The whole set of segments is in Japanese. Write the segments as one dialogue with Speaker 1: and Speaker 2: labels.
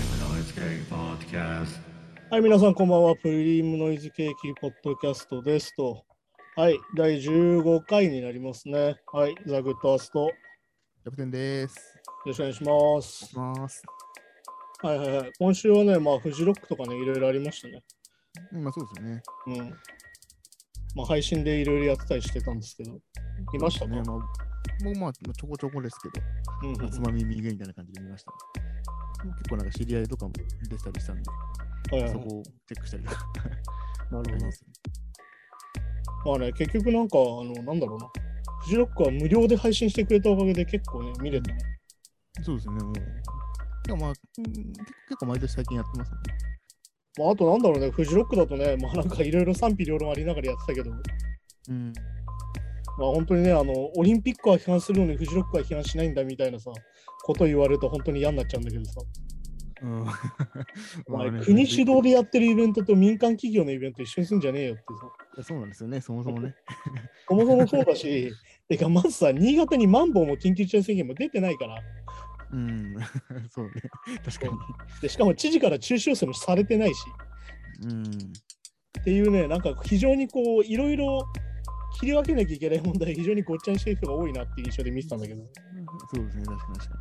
Speaker 1: Cheesecake Podcast.
Speaker 2: はい、皆さんこんばんは。プリムノイズケーキポッドキャストですと。はい、第15回になりますね。はい、ザ・グッドアースト。よ
Speaker 3: キャプテンです。
Speaker 2: ろしくお願いします。
Speaker 3: お願いします。
Speaker 2: はいはいはい。今週はね、まあ、フジロックとかね、いろいろありましたね。
Speaker 3: うんまあそうですよね。
Speaker 2: うん。まあ、配信でいろいろやってたりしてたんですけど。いました
Speaker 3: ね。
Speaker 2: ね。
Speaker 3: まあ、もうまあちょこちょこですけ
Speaker 2: うんうん
Speaker 3: ど、つまみ右みたいな感じで見ました。結構なんか知り合いとかも出てたりしたんで、
Speaker 2: はいはい
Speaker 3: そこをチェックしたりとか。
Speaker 2: な
Speaker 3: あり
Speaker 2: る
Speaker 3: ますね
Speaker 2: ほど。まあね、結局なんか、あの、なんだろうな。フジロックは無料で配信してくれたおかげで結構ね、見れたね。
Speaker 3: そうですね。もうでもまあ、うん結構毎年最近やってますね。
Speaker 2: まあ、あとなんだろうね、フジロックだとね、まあなんかいろいろ賛否両論ありながらやってたけど、
Speaker 3: うん。
Speaker 2: まあ本当にね、あの、オリンピックは批判するのにフジロックは批判しないんだみたいなさ、こと言われると本当に嫌になっちゃうんだけどさ、
Speaker 3: うん
Speaker 2: お
Speaker 3: ま
Speaker 2: 前
Speaker 3: あね
Speaker 2: 国主導でやってるイベントと民間企業のイベント一緒にすんじゃねえよってさ、
Speaker 3: そうなんですよね、そもそもね。
Speaker 2: そもそもそうだし、 てかまずさ、新潟にマンボウも緊急事態宣言も出てないから、
Speaker 3: うん。 そうね。確か
Speaker 2: でしかも知事から中止要請もされてないし、
Speaker 3: に。うん。
Speaker 2: っていうね、なんか非常にこう、いろいろ切り分けなきゃいけない問題、非常にごっちゃにしてる人が多いなっていう印象で見てたんだけど。
Speaker 3: そうですね、確かに確か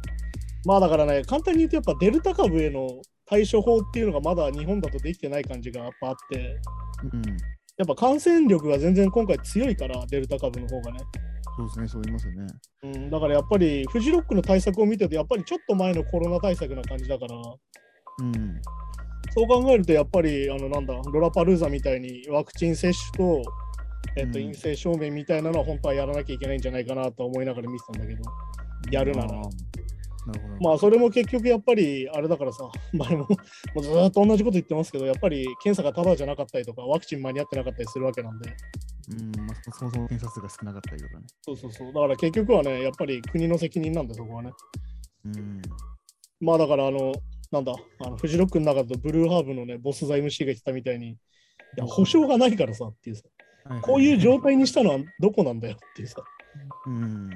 Speaker 2: まあだからね、簡単に言うとやっぱデルタ株への対処法っていうのがまだ日本だとできてない感じがやっぱあって、
Speaker 3: に。うん。
Speaker 2: やっぱ感染力が全然今回強いから、デルタ株の方がね。
Speaker 3: そうですね、そう言いますよね。
Speaker 2: うん、だからやっぱりフジロックの対策を見てると、やっぱりちょっと前のコロナ対策な感じだから、
Speaker 3: うん。
Speaker 2: そう考えるとやっぱり、あのなんだ、ロラパルーザみたいにワクチン接種と、えっと、
Speaker 3: うん
Speaker 2: 陰性証明みたいなのは本当はやらなきゃいけないんじゃないかなと思いながら見てたんだけど、やるなら
Speaker 3: あー。なるほど。
Speaker 2: まあそれも結局やっぱりあれだからさ、 前ももうずーっと同じこと言ってますけど、やっぱり検査がタダじゃなかったりとか、ワクチン間に合ってなかったりするわけなんで、
Speaker 3: うん、まあ、そそもそも検査数が少なかったりとかね。
Speaker 2: そうそうそう、だから結局はね、やっぱり国の責任なんで、そこはね。
Speaker 3: うん。
Speaker 2: まあだから、あの、なんだ、あのフジロックの中だとブルーハーブのね、ボス財務 c が言ってたみたいに、いや、保証がないからさっていうさ、
Speaker 3: はは
Speaker 2: こういう状態にしたのは どこなんだよっていうさ、
Speaker 3: うん。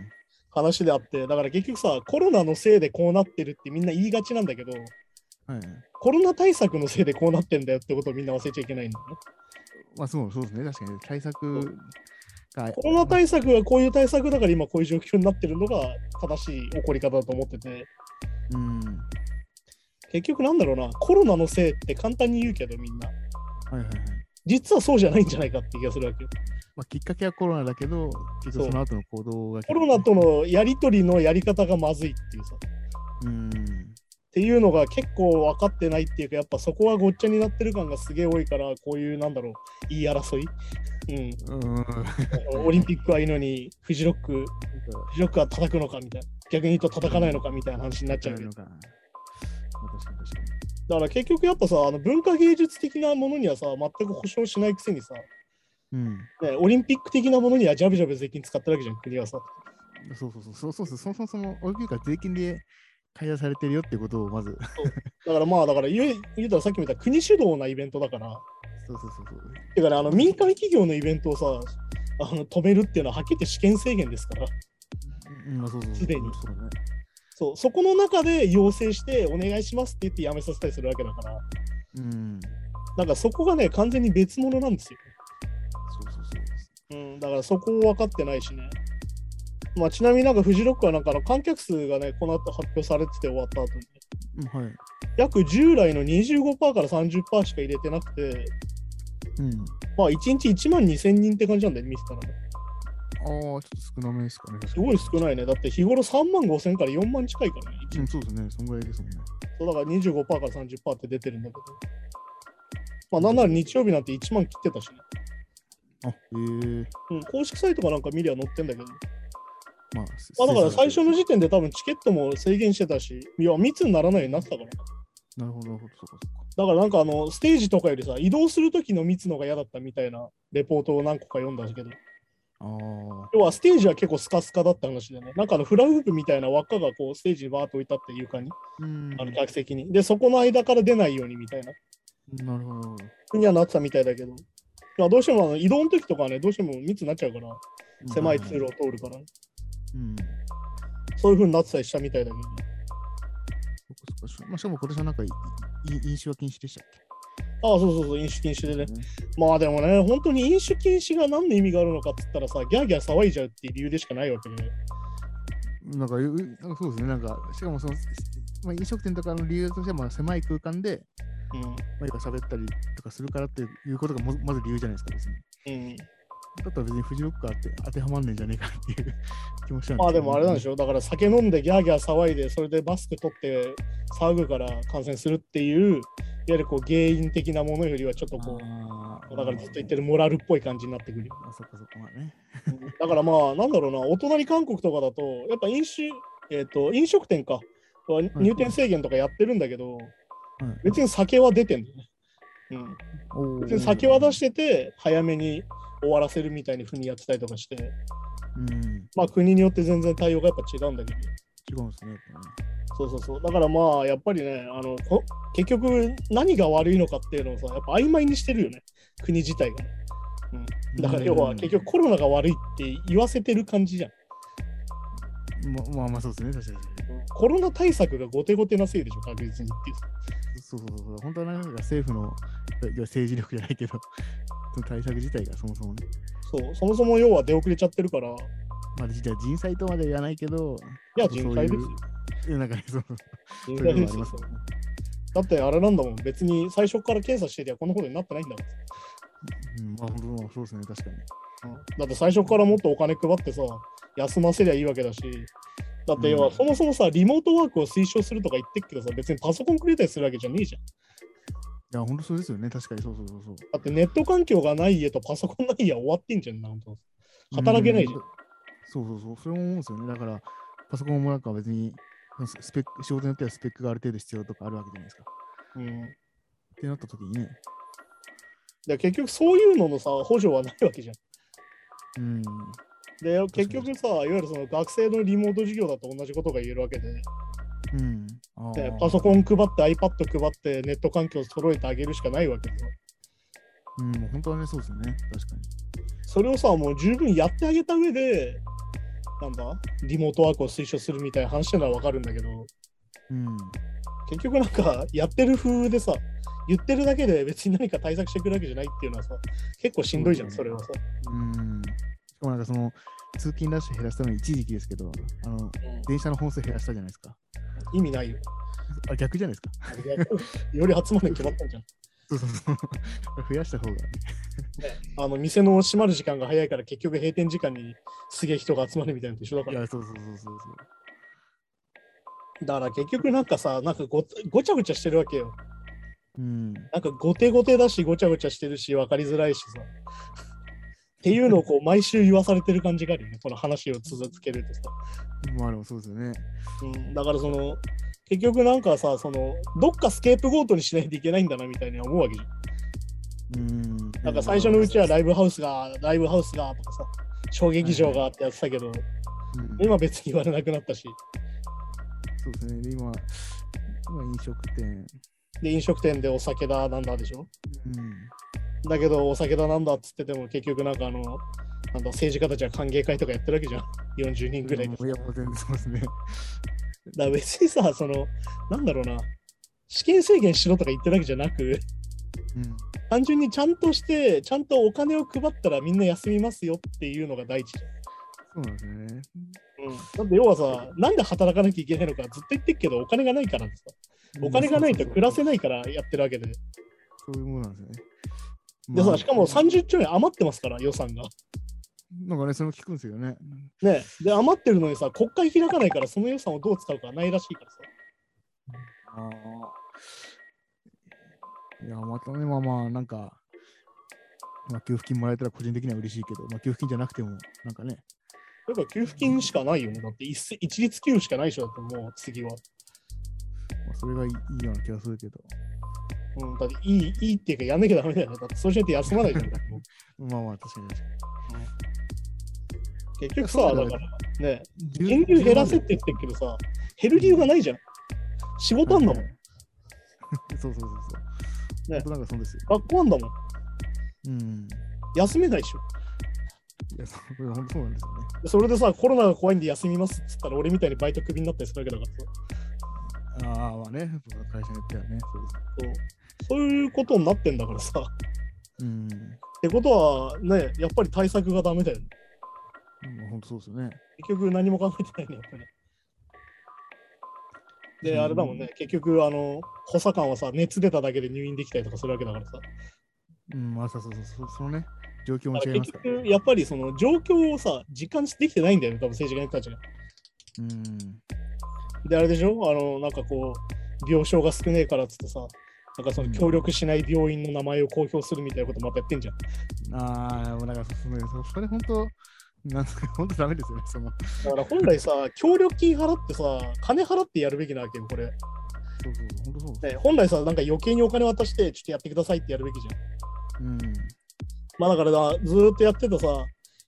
Speaker 2: 話であって、だから結局さ、コロナのせいでこうなってるってみんな言いがちなんだけど、
Speaker 3: はい。
Speaker 2: コロナ対策のせいでこうなってんだよってことをみんな忘れちゃいけないんだよね。
Speaker 3: まあ、そうそうですね。確かに対策が。
Speaker 2: コロナ対策がこういう対策だから今こういう状況になってるのが正しい起こり方だと思ってて
Speaker 3: うん。
Speaker 2: 結局なんだろうなコロナのせいって簡単に言うけどみんな
Speaker 3: はいはいはい。
Speaker 2: 実はそうじゃないんじゃないかって気がするわけよ
Speaker 3: まあ、きっかけはコロナだけど、結
Speaker 2: そう
Speaker 3: 局その後の行動が。
Speaker 2: コロナと。のやり取りのやり方がまずいっていうさっ
Speaker 3: うん。
Speaker 2: ていうのが結構分かってないっていうかやっぱそこはごっちゃになってる感がすげえ多いからこういうなんだろう言い争い、うん、
Speaker 3: うん。
Speaker 2: オリンピックはいいのにフジロックフジロックは叩くのかみたいな逆に言うと叩かないのかみたいな話になっちゃうけど
Speaker 3: のかな。まあ確かに確かに。
Speaker 2: だから結局やっぱさあの文化芸術的なものにはさ全く保証しないくせにさ、ね、
Speaker 3: うん。
Speaker 2: オリンピック的なものにはジャブジャブ税金使ってるわけじゃん国はさ
Speaker 3: そうそうそうそうそうそうそもそもそのオリンピックは税金で開催されてるよってことをまず
Speaker 2: だからまあだから言う言うたらさっきも言った国主導なイベントだから
Speaker 3: そうそうそうそう
Speaker 2: てかねあの民間企業のイベントをさあの止めるっていうのははっきり言って試験制限ですから
Speaker 3: うんまあそうそうそう
Speaker 2: すでに
Speaker 3: そうだね
Speaker 2: そうそこの中で要請してお願いしますって言ってやめさせたりするわけだから
Speaker 3: うん
Speaker 2: なんかそこがね完全に別物なんですよ
Speaker 3: そうそうそう
Speaker 2: うん、だからそこを分かってないしね。まあ、ちなみになんかフジロックはなんかあの観客数がね、この後発表されてて終わった後に、
Speaker 3: うんはい
Speaker 2: 約従来の25%から30%しか入れてなくて、
Speaker 3: うん
Speaker 2: まあ1日1万2000人って感じなんだよね、見てたらね。
Speaker 3: ああ、ちょっと少なめですかね。確
Speaker 2: す
Speaker 3: かに
Speaker 2: ごい少ないね。だって日頃3万5000から4万近いからね。一
Speaker 3: う
Speaker 2: 日
Speaker 3: ん、そうですね。そんぐらいですもんね。
Speaker 2: そうだから25%から30%って出てるんだけど。まあなんなら日曜日なんて1万切ってたしね。
Speaker 3: あ、へえ
Speaker 2: うん、公式サイトかなんか見りゃ載ってんだけど。
Speaker 3: まあ、
Speaker 2: まあだから最初の
Speaker 3: 時
Speaker 2: 時点で多分チケットも制限してたし、いや、密にならないようになってたからね。
Speaker 3: なるほど、なるほど、そうか、そ
Speaker 2: だからなんかあのステージとかよりさ移動する時の密のが嫌だったみたいなレポートを何個か読んだんですけど
Speaker 3: うか。ああ、
Speaker 2: 要はステージは結構スカスカだった話でねなんかあのフラフープみたいな輪っかがこうステージにバーッと置いたって床に
Speaker 3: うん。
Speaker 2: あの
Speaker 3: なる
Speaker 2: 客席にでそこの間から出ないようにみたいな
Speaker 3: ほど、なるほど。
Speaker 2: ふうにはなってたみたいだけどまあどうしてもあの移動の時とかはねどうしても密になっちゃうから狭い通路を通るから、ね、
Speaker 3: うん。そ
Speaker 2: そういう風になってたりしたみたいだけど
Speaker 3: っかそっかしまあ、しかも今年はなんかい、い飲酒は禁止でしたっ
Speaker 2: ああ、そうそうそう、飲酒禁止でね。
Speaker 3: け、
Speaker 2: まあでもね、本当に飲酒禁止が何の意味があるのかって言ったらさ、ギャーギャー騒いじゃうっていう理由でしかないわけね。
Speaker 3: なんか、うなんかそうですね、なんか、しかもその、まあ、飲食店とかの理由としては、まあ、狭い空間で、
Speaker 2: う
Speaker 3: まあ、要は喋ったりとかするからっていうことがまずまず理由じゃないですか、別に。
Speaker 2: ん。うん。
Speaker 3: だったら別にフジロッカーって当てはまんねえんじゃねえかっていう 気もしたん
Speaker 2: まあでもあれなんで
Speaker 3: ょ
Speaker 2: しょう、だから酒飲んでギャーギャー騒いで、それでマスク取って騒ぐから感染するっていう、いわゆるこう原因的なものよりはちょっとこう、
Speaker 3: う
Speaker 2: だからずっと言って
Speaker 3: る。
Speaker 2: るモラルっぽい感じになってくるよ。
Speaker 3: あ、そっかそっか、まあね。
Speaker 2: だからまあ、なんだろうな、お隣韓国とかだと、やっぱ飲酒、えっと飲食店か、は入店制限とかやってるんだけど、
Speaker 3: うん
Speaker 2: 別に酒は出てんだよね。うん、
Speaker 3: おー
Speaker 2: 別に酒は出してて、早めに終わらせるみたいにふうにやってたりとかして、
Speaker 3: うん、違うん
Speaker 2: まあ国によって全然対応がやっぱ違うんだけど。
Speaker 3: ですね。
Speaker 2: そうそうそうだからまあやっぱりねあのこ結局何が悪いのかっていうのをさやっぱ曖昧にしてるよね国自体がね、うん、だから要は結局コロナが悪いって言わせてる感じじゃん、
Speaker 3: 局。ままあまあそうですね、確か
Speaker 2: コロナ対策が後手後手なせいでしょ確実にっていう
Speaker 3: に。そうそうそう。本当はなんか政府のいや政治力じゃないけど、 その対策自体がそもそもね。
Speaker 2: そうそもそも要は出遅れちゃってるからい
Speaker 3: まあ、実は人災とまでは言わないけど、
Speaker 2: や人災ですよ
Speaker 3: いやなんかね、そう
Speaker 2: 人
Speaker 3: そういう
Speaker 2: 災
Speaker 3: の
Speaker 2: で
Speaker 3: があ
Speaker 2: すよ
Speaker 3: りますよね。
Speaker 2: だってあれなんだもん別に最初から検査してりゃこのことになってないんだもん
Speaker 3: うん、まあ本当そうですね、確かに。
Speaker 2: だって最初からもっとお金配ってさ、休ませりゃいいわけだし、だって要
Speaker 3: う
Speaker 2: は
Speaker 3: ん
Speaker 2: そもそもさ、リモートワークを推奨するとか言ってっけどさ、別にパソコンくれたりするわけじゃねえじゃん。
Speaker 3: いや、本当そうですよね、確かにそうそうそうそう。
Speaker 2: だってネット環境がない家とパソコンない家は終わってんじゃん、なんと。働けないじゃん
Speaker 3: う。そうそうそう、それも思うんですよね。だから、パソコンもなんか別に、ススペック、仕事によってはスペックがある程度必要とかあるわけじゃないですか。
Speaker 2: うん
Speaker 3: ってなった時にね、
Speaker 2: で結局そういうののさ、補助はないわけじゃん。
Speaker 3: うん、
Speaker 2: で、結局さ、いわゆるその学生のリモート授業だと同じことが言えるわけで、
Speaker 3: うん。あ
Speaker 2: で
Speaker 3: ー
Speaker 2: パソコン配って iPad 配ってネット環境を揃えてあげるしかないわけで。
Speaker 3: うん、もう本当はね、そうですよね、確かに。
Speaker 2: それをさ、もう十分やってあげた上で、なんだ、リモートワークを推奨するみたいな話してるのはわかるんだけど、
Speaker 3: うん、
Speaker 2: 結局なんか、やってる風でさ、言ってるだけで別に何か対策してくるわけじゃないっていうのはさ、結構しんどいじゃん、それはさ。
Speaker 3: うん。しかもなんかその、通勤ラッシュ減らすために一時期ですけど、あの、電車の本数減らしたじゃないですか。
Speaker 2: 意味ないよ。
Speaker 3: あ、逆じゃないですか。
Speaker 2: より集まるに決まったんじゃん。
Speaker 3: そうそう そう。増やした方がね。
Speaker 2: あの、店の閉まる時間が早いから結局閉店時間にすげえ人が集まるみたいなのと一緒だか
Speaker 3: い
Speaker 2: ら。
Speaker 3: や、そうそうそうそうそう。
Speaker 2: だから結局なんかさ、なんかごごちゃごちゃしてるわけよ。
Speaker 3: うん。
Speaker 2: なんかごてごてだし、ごちゃごちゃしてるし、分かりづらいしさ。っていうのをこう毎週言わされてる感じがあるよね、この話を続けるとさ。
Speaker 3: まあでもそうですよね。
Speaker 2: うん、だからその、結局なんかさ、その、どっかスケープゴートにしないといけないんだなみたいに思うわけじゃん。
Speaker 3: うん。
Speaker 2: なんか最初のうちはライブハウスが、ライブハウスがとかさ、小劇場がってやってたけど、
Speaker 3: うん
Speaker 2: 今別に言われなくなったし、
Speaker 3: そうですね、で今、今飲食店、
Speaker 2: で、飲食店でお酒だなんだでしょ。
Speaker 3: うん、
Speaker 2: だけど、お酒だなんだっつってても、結局なんかあの、なんだ政治家たちは歓迎会とかやってるわけじゃん。40人ぐらいでさ
Speaker 3: いや、もう全然そうですね。
Speaker 2: だから別にさ、その、なんだろうな、資金制限しろとか言ってるわけじゃなく、
Speaker 3: うん、
Speaker 2: 単純にちゃんとして、ちゃんとお金を配ったらみんな休みますよっていうのが第一じ
Speaker 3: そうなんですよね。
Speaker 2: ゃん。だって要はさ、なんで働かなきゃいけないのかずっと言ってるけど、お金がないからってさ、お金がないと暮らせ
Speaker 3: い。
Speaker 2: ないからやってるわけで。
Speaker 3: そうそういうものなんですよね。
Speaker 2: で
Speaker 3: ま
Speaker 2: さ、
Speaker 3: あ
Speaker 2: しかも30兆円余ってますから、予算が。
Speaker 3: なんかね、それも聞くんですよね。
Speaker 2: ね。で、余ってるのにさ、国会開かないから、その予算をどう使うかないらしいからさ。
Speaker 3: ああ。いや、またね、まあまあ、なんか、まあ、給付金もらえたら個人的には嬉しいけど、まあ、給付金じゃなくても、なんかね、
Speaker 2: だから給付金しかないよね。だって一一律給付しかないでしょ、だってもう次は。
Speaker 3: まあ、それがいいいいような気がするけど、
Speaker 2: うん、だっていい、いいっていうか、やんなきゃダメだよね。だって、そうしないと休まないじゃん。
Speaker 3: まあまあ、確かに確か
Speaker 2: 結局
Speaker 3: いや
Speaker 2: さ、
Speaker 3: そうだ
Speaker 2: だ
Speaker 3: よね
Speaker 2: から、ね、
Speaker 3: に。
Speaker 2: 人流減らせって言ってるけどさ、減る理由がないじゃん。仕事あんだもん。
Speaker 3: そうそうそうそう。
Speaker 2: ね
Speaker 3: 本当なんかそうですよ。
Speaker 2: 学校あんだもん。
Speaker 3: うん。
Speaker 2: 休めないでしょ。
Speaker 3: いや、そういや本当そうなんですよね。
Speaker 2: それでさ、コロナが怖いんで休みますっつったら、俺みたいにバイトクビになったりするわけだからさ。
Speaker 3: ああはね、会社によってはね、そうです。
Speaker 2: そうそういうことになってんだからさ。っ
Speaker 3: うん。
Speaker 2: てことはね、やっぱり対策がダメだよね。
Speaker 3: うん本当そうですよね。
Speaker 2: 結局何も考えてないね、やっぱり。
Speaker 3: う
Speaker 2: で、
Speaker 3: ん
Speaker 2: あれだもんね、結局、あの、補佐官はさ、熱出ただけで入院できたりとかするわけだからさ。
Speaker 3: うん、まあ、そうそうそう、そそのね、状況も
Speaker 2: だか
Speaker 3: 違
Speaker 2: ら
Speaker 3: います
Speaker 2: 結
Speaker 3: から、ね
Speaker 2: 局、。やっぱりその状況をさ、実感できてないんだよね、多分政治家の人たちが。
Speaker 3: うん。
Speaker 2: で、あれでしょあの、なんかこう、病床が少ねえからっつってさ、なんかその協力しない病院の名前を公表するみたいなことまたやってんじゃん。
Speaker 3: ああ、もうなんかそうですね、そそれ本当、なんですか、本当ダメですよね、その。
Speaker 2: だから本来さ、協力金払ってさ、金払ってやるべきなわけよ、これ。
Speaker 3: そうそうそう、本当そうです。
Speaker 2: ね、本来さ、なんか余計にお金渡して、ちょっとやってくださいってやるべきじゃん。
Speaker 3: うん。
Speaker 2: まあだからなずーっとやってたさ、いわ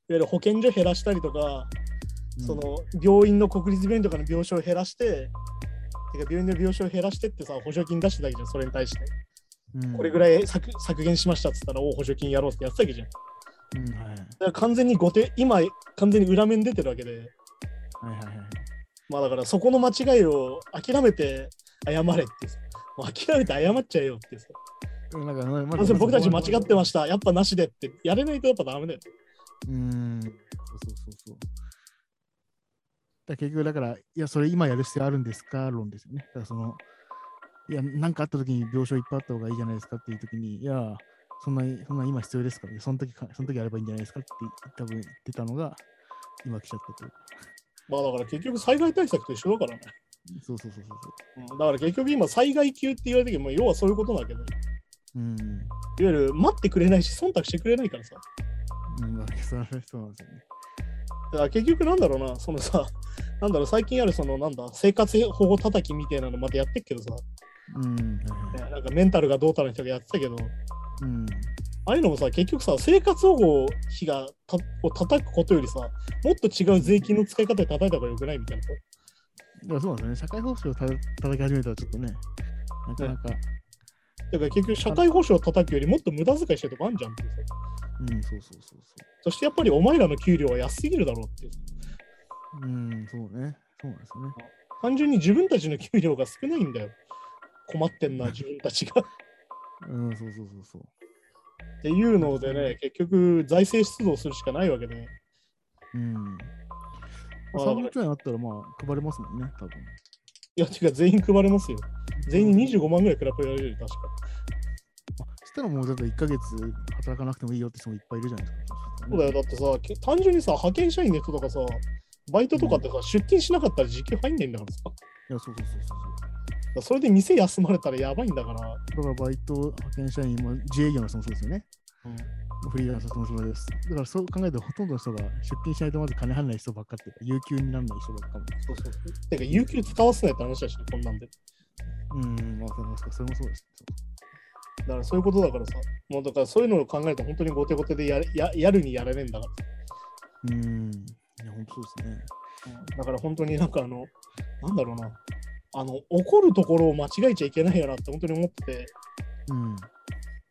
Speaker 2: ゆる保健所減らしたりとか、その病院の国立病院とかの病床を減らして、てか病院の病床を減らしてってさ、補助金出してたわけじゃん、それに対して。
Speaker 3: うん、うん、
Speaker 2: これぐ
Speaker 3: い。
Speaker 2: らい削削減しましたっつったら、おう補助金やろうってやってたわけじゃん。だか
Speaker 3: うん、はい。
Speaker 2: ら完全に後手、今、完全に裏面出てるわけで、
Speaker 3: はいはいはい。
Speaker 2: まあだからそこの間違いを諦めて謝れってさ、もう諦めて謝っちゃえよってさ、
Speaker 3: でもなんか、ま
Speaker 2: まず僕たち間違ってま
Speaker 3: し
Speaker 2: した、やっぱなしでって、やれないとやっぱダメだよ。
Speaker 3: た。うん。そうそうそうそう。だから結局、だから、いや、それ今やる必要あるんですか論ですよね。だからその、いや、なんかあった時に病床いっぱいあった方がいいじゃないですかっていう時に、いや、そんなに、そんな今必要ですから、その時か、その時やればいいんじゃないですかって多分言ってたのが、今来ちゃったという。
Speaker 2: まあだから結局災害対策と一緒だからね。
Speaker 3: そうそうそうそうそ。
Speaker 2: うんだから結局今災害級って言われてるけど、まあ要はそういうことだけど、いう
Speaker 3: うん。
Speaker 2: わゆる待ってくれないし、忖度してくれないからさ。
Speaker 3: うん、まあ、そうなんですよね。
Speaker 2: だから結局なんだろうな、そのさ、なんだろう、最近あるそのなんだ、生活保護叩きみたいなのまたやってっけどさ、
Speaker 3: うん。はいはい
Speaker 2: ねなんかメンタルがどうたら人がやってたけど、
Speaker 3: うん。
Speaker 2: ああいうのもさ、結局さ、生活保護費がたを叩くことよりさ、もっと違う税金の使い方で叩いた方がよくないみたいな。
Speaker 3: だからそうなんですよね。社会保障をた叩き始めたらちょっとね、なかなか、
Speaker 2: だから結局、社会保障を叩くよりもっと無駄遣いしてるとこあるじゃんっていうさ。
Speaker 3: うん、そうそうそうそ
Speaker 2: そしてやっぱりお前らの給料は安すぎるだろうっていう。
Speaker 3: う。うん、そうね。そうなんですよね。
Speaker 2: 単純に自分たちの給料が少ないんだよ。困ってんな、自分たちが。
Speaker 3: うん、そうそうそうそう。
Speaker 2: っていうのでね、結局、財政出動するしかないわけでね。
Speaker 3: うん。まあ、
Speaker 2: あだから
Speaker 3: 300円あったら、まあ、配れますもんね、多分。
Speaker 2: いや、てか全員配れますよ。全員25万ぐらいくら配られるよ、確か。
Speaker 3: あそしたらもう、だって1ヶ月働かなくてもいいよって人もいっぱいいるじゃないですか。
Speaker 2: そうだよ、だってさ、け単純にさ、派遣社員の人とかさ、バイトとかってさ、出勤しなかったら時給入んないんだからさ。だか
Speaker 3: いや、そうそうそうそうそう。
Speaker 2: らそれで店休まれたらやばいんだから。
Speaker 3: だから、バイト、派遣社員、まあ、自営業の人もそうですよね。フリーランスの人もそうです。だから、そう考えると、ほとんどの人が出勤しないとまず金払えない人ばっかっていうか、有給にならない人ばっかも。
Speaker 2: そうそうそう。てか、有給使わせないって話だしね、こんなんで。
Speaker 3: うん、まあ、そうなんですか。それもそうです。
Speaker 2: だからそういうことだからさ、もうだからそういうのを考えると本当に後手後手でやれややるにやられねえんだか
Speaker 3: うん。いや、本当そうですね。
Speaker 2: ら、だから本当になんかあの、なんだろうな、あの怒るところを間違えちゃいけないよなって本当に思ってて、
Speaker 3: うん。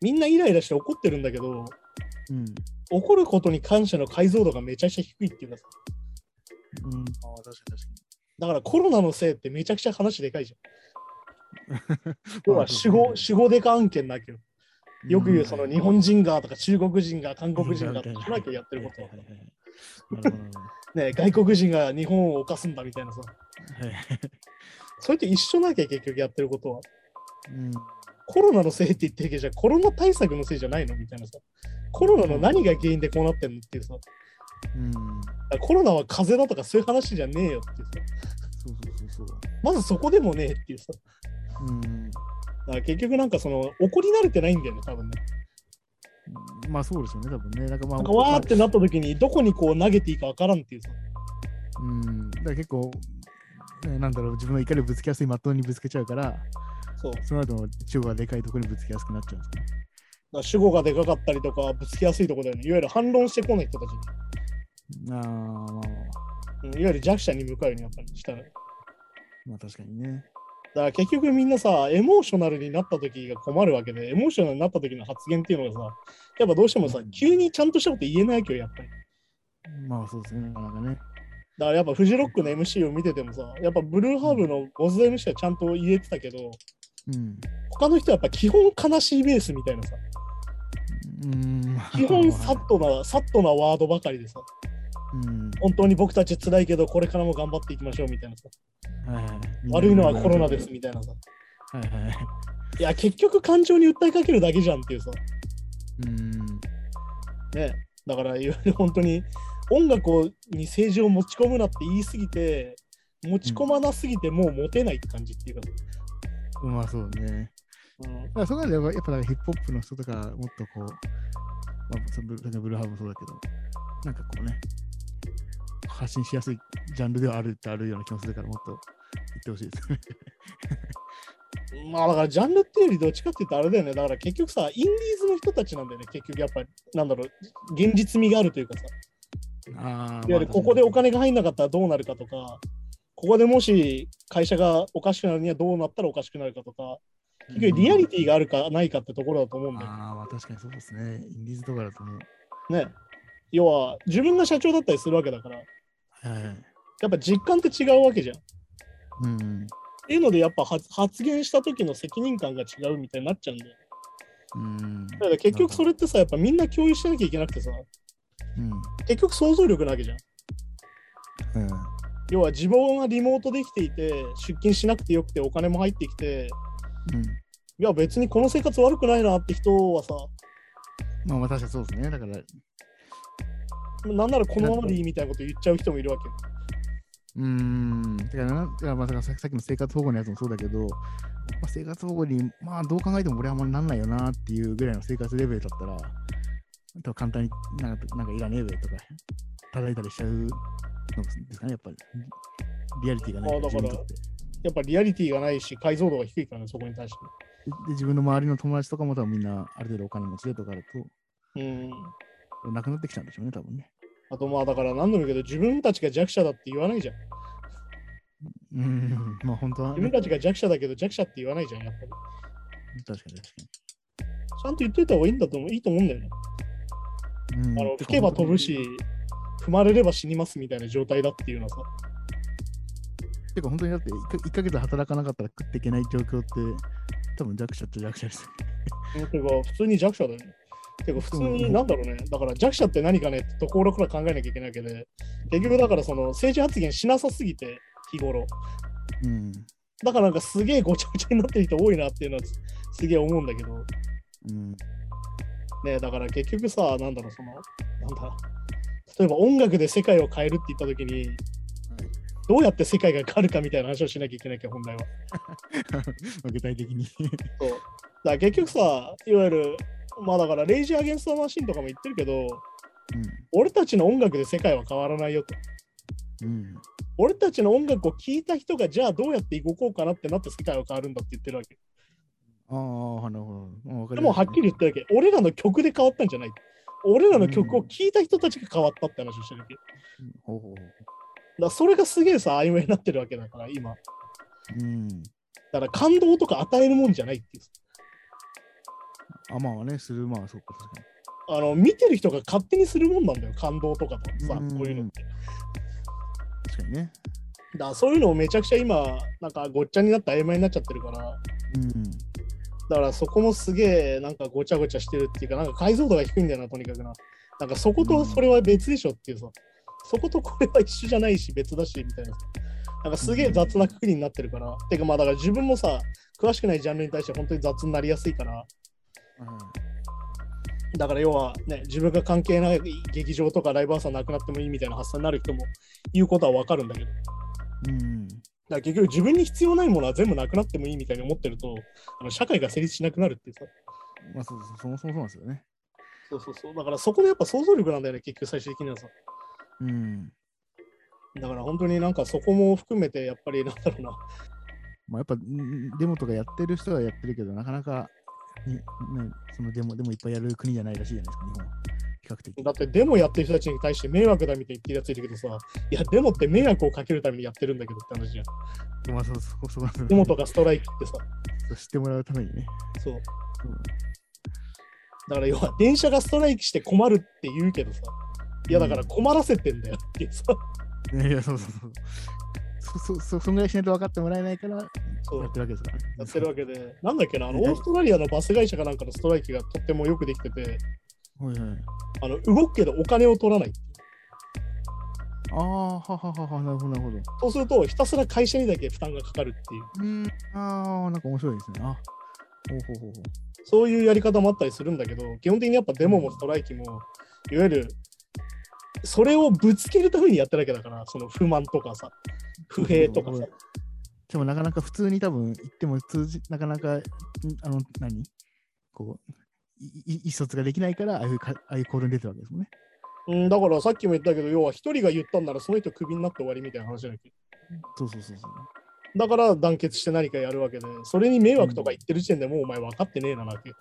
Speaker 2: みんなイライラして怒ってるんだけど、
Speaker 3: うん。
Speaker 2: 怒ることに感謝の解像度がめちゃくちゃ低いっていうかさ、
Speaker 3: うん、ああ、確かに確か
Speaker 2: だからコロナのせいってめちゃくちゃ話でかいじゃん。要は死
Speaker 3: う
Speaker 2: 後、
Speaker 3: ん
Speaker 2: 死後でか案件なわけよ。
Speaker 3: に。
Speaker 2: よく言うその日
Speaker 3: 人
Speaker 2: 本人がとか中国人が韓国人がとか、それだけやってること
Speaker 3: は。
Speaker 2: はい
Speaker 3: はいはいなるほどなるほ
Speaker 2: ね、外国人が日本を犯すんだみたいなさ。
Speaker 3: ど。はいはい
Speaker 2: それと一緒なきゃ結局やってることは。
Speaker 3: うん
Speaker 2: コロナのせいって言ってるけどじゃあコロナ対策のせいじゃないのみたいなさ。コロナの何が原因でこうなってんのっていうさ。だか
Speaker 3: うん。
Speaker 2: らコロナは風邪だとかそういう話じゃねえよっていうさ。
Speaker 3: そうそうそうそう。
Speaker 2: まずそこでもねえっていうさ。
Speaker 3: う
Speaker 2: だ
Speaker 3: ん。
Speaker 2: から結局なんかその怒り慣れてないんだよね、多分ね。
Speaker 3: まあそうですよね、多分ね。なんかまあ、
Speaker 2: なんかわーってなった時にどこにこう投げていいかわからんっていうさ。
Speaker 3: うん。だから結構、ねなんだろう、自分の怒りをぶつけやすい的にぶつけちゃうから、
Speaker 2: そう。だか
Speaker 3: その後の中がでかいところにぶつけやすくなっちゃうんですね。
Speaker 2: ら主語がでかかったりとかぶつけやすいとこだよね。いわゆる反論してこない人たち
Speaker 3: ああ、まあまあ、
Speaker 2: に。うんいわゆる弱者に向かうよね、やっぱりしたら。だ
Speaker 3: まあ確かにね。
Speaker 2: から結局みんなさ、エモーショナルになった時が困るわけで、エモーショナルになった時の発言っていうのがさ、やっぱどうしてもさ
Speaker 3: う、ん
Speaker 2: 急にちゃんとしたこと言えないわけど、やっぱり。
Speaker 3: まあそうですね、なかなかね。
Speaker 2: だからやっぱフジロックの MC を見ててもさ、やっぱブルーハーブのボズ MC はちゃんと言えてたけど、
Speaker 3: うん。
Speaker 2: 他の人はやっぱ基本悲しいベースみたいなさ、
Speaker 3: うん。
Speaker 2: 基本サッとな、サッとなワードばかりでさ、
Speaker 3: うん。
Speaker 2: 本当に僕たち辛いけど、これからも頑張っていきましょうみたいなさ、
Speaker 3: はいはい
Speaker 2: 悪いのはコロナです。みたいなさ、
Speaker 3: はいはい。
Speaker 2: いや、結局感情に訴えかけるだけじゃんっていうさ、
Speaker 3: うん。
Speaker 2: ね、だからいわゆる本当に音楽をに政治を持ち込むなって言い過ぎて、持ち込まなすぎてもうモテないって感じっていうか、
Speaker 3: うまそうね。
Speaker 2: うん
Speaker 3: だからそこでやっぱやっぱなんかヒップホップの人とかもっとこう、まあ、そのなんかブルーハーブもそうだけど、なんかこうね、発信しやすいジャンルではあるってあるような気もするから、もっと言ってほしいですね。
Speaker 2: まあだからジャンルっていうよりどっちかっていうとあれだよね。だから結局さ、インディーズの人たちなんだよね。結局やっぱり、なんだろう、現実味があるというかさ。
Speaker 3: あ
Speaker 2: いわゆるここでお金
Speaker 3: 金
Speaker 2: が入んなかったらどうなるかとか、ここでもし会社がおかしくなるにはどうなったらおかしくなるかとか、結局リアリティがあるかないかってところだと思うんだよ。
Speaker 3: ああ、まあ確かにそうですね。インディーズとかだともう。
Speaker 2: ね。要は、自分が社長だったりするわけだから、や
Speaker 3: はいはい。
Speaker 2: っぱ実感って違うわけじゃん。っ
Speaker 3: うん。
Speaker 2: ていうので、やっぱ発発言した時の責任感が違うみたいになっちゃうんだよ。
Speaker 3: うん。だ
Speaker 2: だから結局それっ、てさ、やっぱみんな共有しなきゃいけなくてさ、
Speaker 3: うん。
Speaker 2: 結局想像力なわけじゃん。
Speaker 3: うん。
Speaker 2: 要は自分はリモートできていて、出勤しなくてよくてお金も入ってきて、
Speaker 3: うん。
Speaker 2: いや別にこの生活悪くないなって人はさ、
Speaker 3: まあまあ確かにそうですね。だから、
Speaker 2: なんならこのままでいいみたいなこと言っちゃう人もいるわけよ。
Speaker 3: うん。だからな、いやまあ、だからささっきの生活保護のやつもそうだけど、まあ、生活保護に、まあ、どう考えても俺はあんまりなんないよなっていうぐらいの生活レベルだったら、多分簡単になんかなんかいらねえべとか、叩いたりしちゃうのですかね、やっぱり。リアリティがないから
Speaker 2: ああだから
Speaker 3: 自分にとって
Speaker 2: やっぱリアリティがないし、解像度が低いからね、そこに対して。
Speaker 3: で自分の周りの友達とかも多分みんなある程度お金持ちでとかある
Speaker 2: うん。
Speaker 3: と、なくなってきちゃうんでしょうね、多分ね。
Speaker 2: あとまあだから何度も言うけど、自分たちが弱者だって言わないじゃん。
Speaker 3: うん、まあ本当は、
Speaker 2: 自分たちが弱者だけど弱者って言わないじゃん、やっぱり。ち
Speaker 3: 確かに確か
Speaker 2: ゃんと言っといた方がいいんだと思う、いいと思うんだよね。
Speaker 3: に。うん
Speaker 2: あの、吹けば飛ぶし、踏まれれば死にますみたいな状態だっていうのはさ。
Speaker 3: てか本当にだって1か1ヶ月働かなかったら食っていけない状況って多分弱者っちゃ弱者ですよね。
Speaker 2: てか、普通に弱者だよね。てか、普通に、なんだろうね。だから弱者って何かねってところから考えなきゃいけないわけで、結局だからその政治発言しなさすぎて、日頃。
Speaker 3: うん。
Speaker 2: だからなんかすげえごちゃごちゃになってる人多いなっていうのはすすげえ思うんだけど、
Speaker 3: うん。
Speaker 2: ね、だから結局さ、なんだろう、その、なんだ、例えば音楽で世界を変えるって言った時に、どうやって世界が変わるかみたいな話をしなきゃいけなきゃ、本来は。
Speaker 3: まあ具体的に。
Speaker 2: そうだから結局さ、いわゆる、まあだから、レイジー・アゲンスト・マシンとかも言ってるけど、俺たちの音楽で世界は変わらないよと。
Speaker 3: うん。うん。
Speaker 2: 俺たちの音楽を聴いた人が、じゃあどうやって動こうかなってなって世界は変わるんだって言ってるわけ。
Speaker 3: ああ、なるほど。もう
Speaker 2: でもはっきり言ってるわけ。俺らの曲で変わったんじゃない。俺らの曲を聴いた人たちが変わったって話をしてるわけ。だか
Speaker 3: うんほうほうほ
Speaker 2: らそれがすげえさ、曖昧になってるわけだから、今。
Speaker 3: う。うん。
Speaker 2: だから感動とか与えるもんじゃないっていう。
Speaker 3: あ、まあね、する、まあそうか、確か
Speaker 2: あの、見てる人が勝手にするもんなんだよ、感動とかとさ、
Speaker 3: うん
Speaker 2: こういうのって。
Speaker 3: に。確かにね。
Speaker 2: だからそういうのをめちゃくちゃ今、なんかごっちゃになって曖昧になっちゃってるから、
Speaker 3: うん。
Speaker 2: だからそこもすげえなんかごちゃごちゃしてるっていうか、なんか解像度が低いんだよな、とにかくな。なんかそことそれは別でしょっていうさ、そことこれは一緒じゃないし別だしみたいな。なんかすげえ雑なくくりになってるから。てかまあだから自分もさ、詳しくないジャンルに対して本当に雑になりやすいから、だから要はね、自分が関係ない劇場とかライブハウスはなくなってもいいみたいな発想になる人も言うことはわかるんだけど、だか
Speaker 3: うん。
Speaker 2: ら結局自分に必要ないものは全部なくなってもいいみたいに思ってると、あの社会が成立しなくなるっていうさ。
Speaker 3: まあそうそう、そもそもそうなんですよね。
Speaker 2: そうそうそう。だからそこでやっぱ想像力なんだよね、結局最終的にはさ。
Speaker 3: うん。
Speaker 2: だから本当になんかそこも含めて、やっぱりなんだろうな。
Speaker 3: まあやっぱんデモとかやってる人はやってるけど、なかなかに、ね、そのデモでもいっぱいやる国じゃないらしいじゃないですか、日本は。比較的。
Speaker 2: だってデモやってる人たちに対して迷惑だみたいに言ってるやついるけどさ、いや、デモって迷惑をかけるためにやってるんだけどって話じゃん。
Speaker 3: まあそう そうそうそう
Speaker 2: デモとかストライキってさ、
Speaker 3: そう知ってもらうためにね。
Speaker 2: そう。
Speaker 3: うん
Speaker 2: だから要は電車がストライキして困るって言うけどさ、いやだから困らせてんだよっていうさ、
Speaker 3: です ね。いや、そうそうそう。そ、そ、そ、そんぐらいしないと分かってもらえないから、やって
Speaker 2: そう
Speaker 3: るわけですから。
Speaker 2: やってるわけで、なんだっけな、あの
Speaker 3: は
Speaker 2: オー
Speaker 3: い
Speaker 2: ストラリアのバス会社かなんかのストライキがとってもよくできてて、
Speaker 3: はいはい。
Speaker 2: あの動くけどお金を取らない。
Speaker 3: ああ、はははは、なるほど、なるほど。
Speaker 2: そうすると、ひたすら会社にだけ負担がかかるっていう、
Speaker 3: うん、ああ、なんか面白いですね。あほうほうほうほう。
Speaker 2: そういうやり方もあったりするんだけど、基本的にやっぱデモもストライキも、いわゆる、それをぶつけるためにやってるわけだから、その不満とかさ、不平とかさ。
Speaker 3: でもなかなか普通に多分行っても通じ、なかなか、んあの、何こう、いい意思疎通ができないから、ああいうか、ああいう行動に出てるわけですもんね。
Speaker 2: うん、だからさっきも言ったけど、要は一人が言ったんならその人クビになって終わりみたいな話だけど。
Speaker 3: そうそうそうそう。
Speaker 2: だから団結して何かやるわけで、それに迷惑とか言ってる時点でもうお前分かってねえななっていう。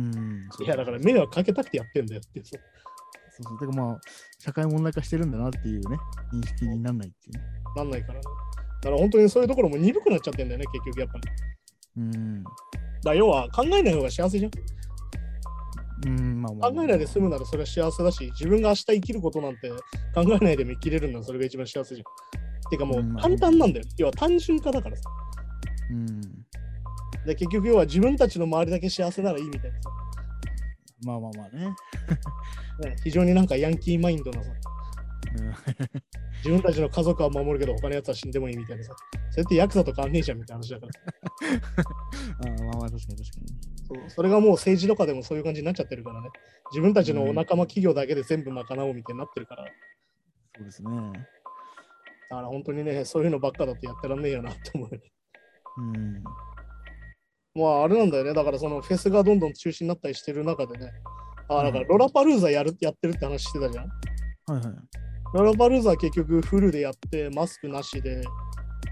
Speaker 3: うん、そう
Speaker 2: いやだから迷惑かけたくてやってんだよっていう。そう
Speaker 3: そうそう。だからまあ、社会問題化してるんだなっていうね、認識にならないっていうね。
Speaker 2: なんないからね。だから本当にそういうところも鈍くなっちゃってんだよね、結局やっぱり。だか
Speaker 3: うん。
Speaker 2: ら要は考えない方が幸せじゃん。
Speaker 3: うん、まあまあ、
Speaker 2: 考えないで済むならそれは幸せだし、自分が明日生きることなんて考えないでも生きれるのはそれが一番幸せじゃん。てかも
Speaker 3: うん
Speaker 2: う
Speaker 3: まあ
Speaker 2: 簡単なんだよ。要は単純化だからさ。
Speaker 3: うん。
Speaker 2: で結局要は自分たちの周りだけ幸せならいいみたいなさ。
Speaker 3: まあまあまあね。
Speaker 2: ね非常になんかヤンキーマインドなさ。
Speaker 3: うん
Speaker 2: 自分たちの家族は守るけど他のやつは死んでもいいみたいなさ。それってヤクザと変わんねえじゃんみたいな話だから。
Speaker 3: あーまあまあ確かに確かに。
Speaker 2: そうそれがもう政治とかでもそういう感じになっちゃってるからね。自分たちのお仲間企業だけで全部賄おうみたいになってるから。
Speaker 3: そうですね。
Speaker 2: だから本当にね、そういうのばっかだとやってらんねえよなって思う。
Speaker 3: うん。
Speaker 2: まああれなんだよね。だからそのフェスがどんどん中止になったりしてる中でね。あだからロラパルーザやるやってるって話してたじゃん。
Speaker 3: はいはい。
Speaker 2: ロラパルーザは結局フルでやってマスクなしで、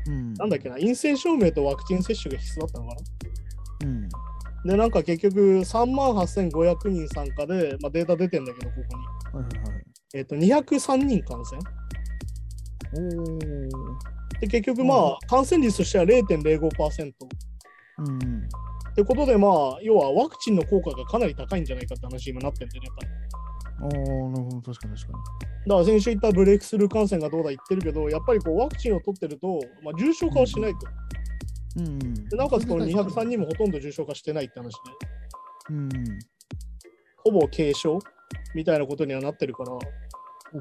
Speaker 3: うん。
Speaker 2: なんだっけな、陰性証明とワクチン接種が必須だったのかな。
Speaker 3: うん。
Speaker 2: で、なんか結局3万8500人参加で、まあ、データ出てんだけど、ここに。
Speaker 3: はいはいはい。
Speaker 2: えっ、と、203人感染。
Speaker 3: おー
Speaker 2: で、結局まあ、感染率としては0.05%。っ
Speaker 3: うん。
Speaker 2: てことでまあ、要はワクチンの効果がかなり高いんじゃないかって話に今なってんだよね、やっぱり。
Speaker 3: おーなるほど。確かに確か
Speaker 2: だから先週言ったブレイクスルー感染がどうだ言ってるけど、やっぱりこうワクチンを取ってると、まあ、重症化はしないと。
Speaker 3: に。うん。
Speaker 2: でなおかつこの203人もほとんど重症化してないって話で、
Speaker 3: うん。
Speaker 2: ほぼ軽症みたいなことにはなってるから、
Speaker 3: ほうほうほうほう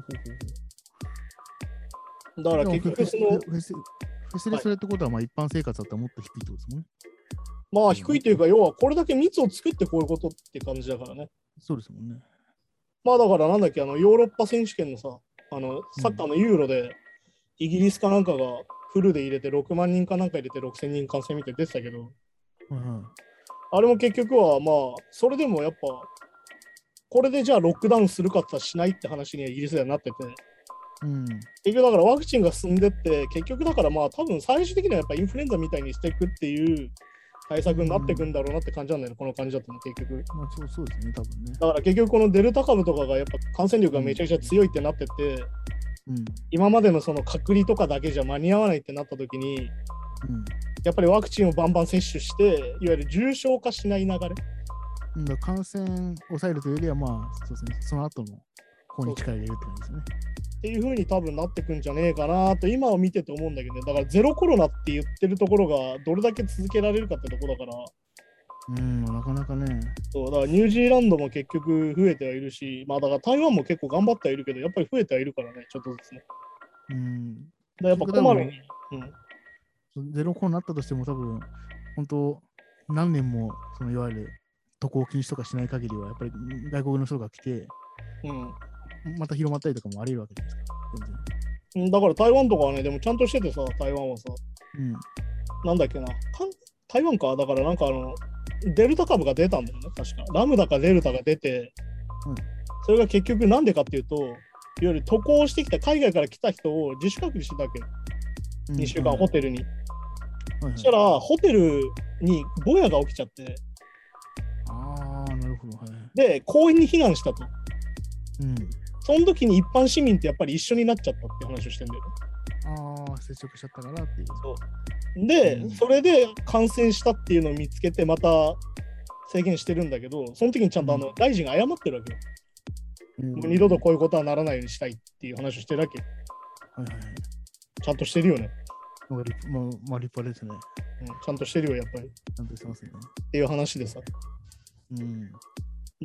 Speaker 2: だから結局その、
Speaker 3: フェスフェスでそれってことはまあ一般生活だったらもっと低いってことですもんね。
Speaker 2: まあ低いというか、要はこれだけ密を作ってこういうことって感じだからね。
Speaker 3: そうですもんね。
Speaker 2: まあだからなんだっけ、あのヨーロッパ選手権のさ、あのサッカーのユーロで、イギリスかなんかがフルで入れて6万人かなんか入れて6000人感染みたいに出てたけど、
Speaker 3: はいはい。
Speaker 2: あれも結局はまあ、それでもやっぱ、これでじゃあロックダウンするかって言ったらしないって話にはイギリスではなってて、
Speaker 3: うん。
Speaker 2: 結局だからワクチンが進んでって、結局だからまあ多分最終的にはやっぱインフルエンザみたいにしていくっていう対策になっていくんだろうなって感じなんだよね、この感じだとね、結局。
Speaker 3: まあそうそうですね、多分ね。
Speaker 2: だから結局このデルタ株とかがやっぱ感染力がめちゃくちゃ強いってなってて、
Speaker 3: うん。
Speaker 2: 今までのその隔離とかだけじゃ間に合わないってなった時に、
Speaker 3: うん。
Speaker 2: やっぱりワクチンをバンバン接種して、いわゆる重症化しない流れ。
Speaker 3: うんだから感染抑えるというよりは、まあ、そうですね、その後の方に力を入れるって感じですね。
Speaker 2: っていう風に多分なってくんじゃねえかなと今を見てて思うんだけどねだからゼロコロナって言ってるところがどれだけ続けられるかってとこだから
Speaker 3: うん、なかなかね。
Speaker 2: そうだからニュージーランドも結局増えてはいるしまあだから台湾も結構頑張ってはいるけどやっぱり増えてはいるからねちょっとずつねだか
Speaker 3: うん。
Speaker 2: らやっぱこまめに、うん、
Speaker 3: ゼロコロナになったとしても、多分本当、何年も、そのいわゆる渡航禁止とかしない限りは、やっぱり外国の人が来て、
Speaker 2: うん
Speaker 3: また広まったりとかもあり得るわけじゃないですか。
Speaker 2: うん、だから台湾とかはねでもちゃんとしててさ台湾はさ
Speaker 3: 全然。
Speaker 2: なんだっけな韓台湾かだからなんかあのデルタ株が出たんだよね確かラムダかデルタが出て、
Speaker 3: うん
Speaker 2: それが結局なんでかっていうといわゆる渡航してきた海外から来た人を自主隔離してたわけ
Speaker 3: うん。
Speaker 2: 2週間ホテルに、
Speaker 3: ル。はいはい
Speaker 2: そしたらホテルにボヤが起きちゃって
Speaker 3: ああ、なるほど。はい。
Speaker 2: で公園に避難したと
Speaker 3: うん。
Speaker 2: その時に一般市民ってやっぱり一緒になっちゃったって話をしてんだよ
Speaker 3: ああ、接触しちゃったからっていう。
Speaker 2: で、
Speaker 3: うん
Speaker 2: それで感染したっていうのを見つけてまた制限してるんだけどその時にちゃんとあの、
Speaker 3: うん
Speaker 2: 大臣が謝ってるわけよ
Speaker 3: うん
Speaker 2: もう二度とこういうことはならないようにしたいっていう話をしてるわけ。
Speaker 3: はいはいはいはいはいはい。
Speaker 2: ちゃんとしてるよね、
Speaker 3: なんか立まあ、まあ、立派ですね。
Speaker 2: うん。ちゃんとしてるよ、やっぱり。っ
Speaker 3: ちゃんとしてますね。
Speaker 2: ていう話でさ。
Speaker 3: うん。
Speaker 2: だ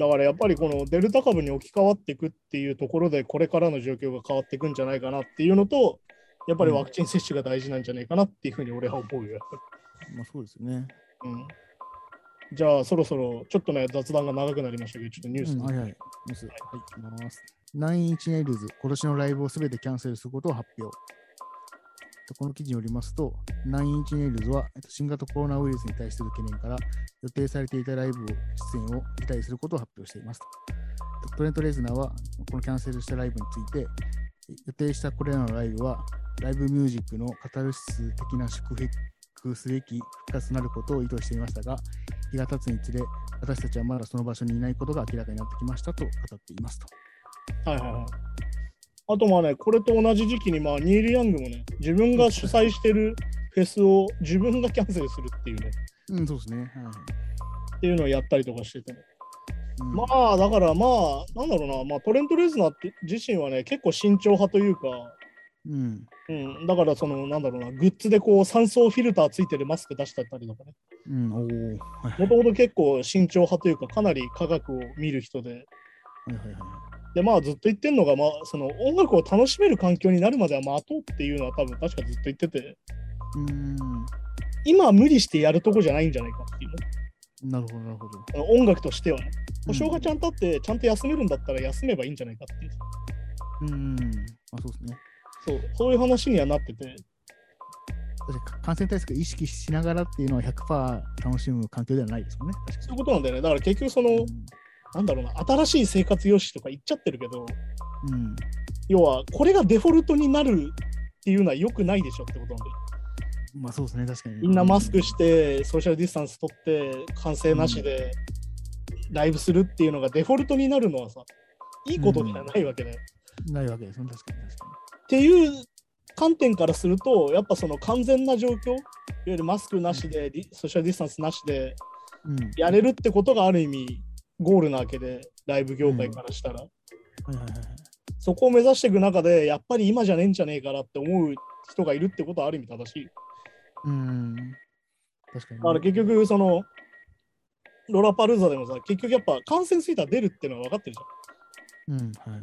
Speaker 2: からやっぱりこのデルタ株に置き換わっていくっていうところで、これからの状況が変わっていくんじゃないかなっていうのと、やっぱりワクチン接種が大事なんじゃないかなっていうふうに俺は思うよ。やっぱ
Speaker 3: まあ、そうですよね。
Speaker 2: りうん、じゃあそろそろちょっとね雑談が長くなりましたけど、ちょっとニュース、
Speaker 3: うんはいはい。ニュース。はい、行きます。9-1ネイルズ、今年のライブをすべてキャンセルすることを発表。でこの記事によりますと、9-1ネイルズはえっと新型コロナウイルスに対する懸念から、予定されていたライブを出演を辞退することを発表しています。トレント・レズナーは、このキャンセルしたライブについて、予定したこれらのライブは、ライブミュージックのカタルシス的な祝福すべき復活となることを意図していましたが、日が経つにつれ、私たちはまだその場所にいないことが明らかになってきましたと語っていますと。
Speaker 2: はいはいはい。あとまあね、これと同じ時期に、まあ、ニール・ヤングもね、自分が主催してるフェスを自分がキャンセルするっていうね、
Speaker 3: うん、そうですね。はい
Speaker 2: っていうのをやったりとかしてて、ね、
Speaker 3: うん
Speaker 2: まあだからまあ、なんだろうな、まあ、トレント・レズナーって自身はね、結構慎重派というか、
Speaker 3: うん
Speaker 2: うん、だからその、なんだろうな、グッズでこう、酸素フィルターついてるマスク出したりとかね、
Speaker 3: うん、おお、はいは
Speaker 2: もともと結構慎重派というか、かなり科学を見る人で、
Speaker 3: いはいはい。
Speaker 2: でまあずっと言ってんのが、まあ、その音楽を楽しめる環境になるまでは待とうっていうのは多分確かずっと言ってて
Speaker 3: うーん、
Speaker 2: 今は無理してやるとこじゃないんじゃないかっていうね
Speaker 3: なるほど、なるほど。
Speaker 2: あの音楽としてはね保証がちゃ
Speaker 3: ん
Speaker 2: んとあってちゃんと休めるんだったら休めばいいんじゃないかっていう
Speaker 3: うん、あ、そうですね。
Speaker 2: そうそういう話にはなってて
Speaker 3: 確かに感染対策意識しながらっていうのは100%楽しむ環境ではないですもんね。確
Speaker 2: そういうことなんだよねだから結局その、なんだろうな新しい生活様式とか言っちゃってるけど
Speaker 3: かに。うん、
Speaker 2: 要はこれがデフォルトになるっていうのは良くないでしょってことなんだよ
Speaker 3: まあそうですね、確かに。
Speaker 2: みんなマスクして、ソーシャルディスタンス取って、歓声なしでライブするっていうのがデフォルトになるのはさ、いいことじゃないわけで、っ
Speaker 3: ないわけですね、確かに確か
Speaker 2: ていう観点からすると、やっぱその完全な状況、いわゆるマスクなしで、ディソーシャルディスタンスなしで
Speaker 3: に。うん、
Speaker 2: やれるってことがある意味ゴールなわけで、ライブ業界からしたら。
Speaker 3: はいはいはいはい。
Speaker 2: そこを目指していく中で、やっぱり今じゃねえんじゃねえかなって思う人がいるってことはある意味正しい。
Speaker 3: うん、確かに。
Speaker 2: だから結局、その、ロラパルーザでもさ、結局やっぱ感染ついたら出るっていうのは分かってるじゃん。
Speaker 3: うん、はい。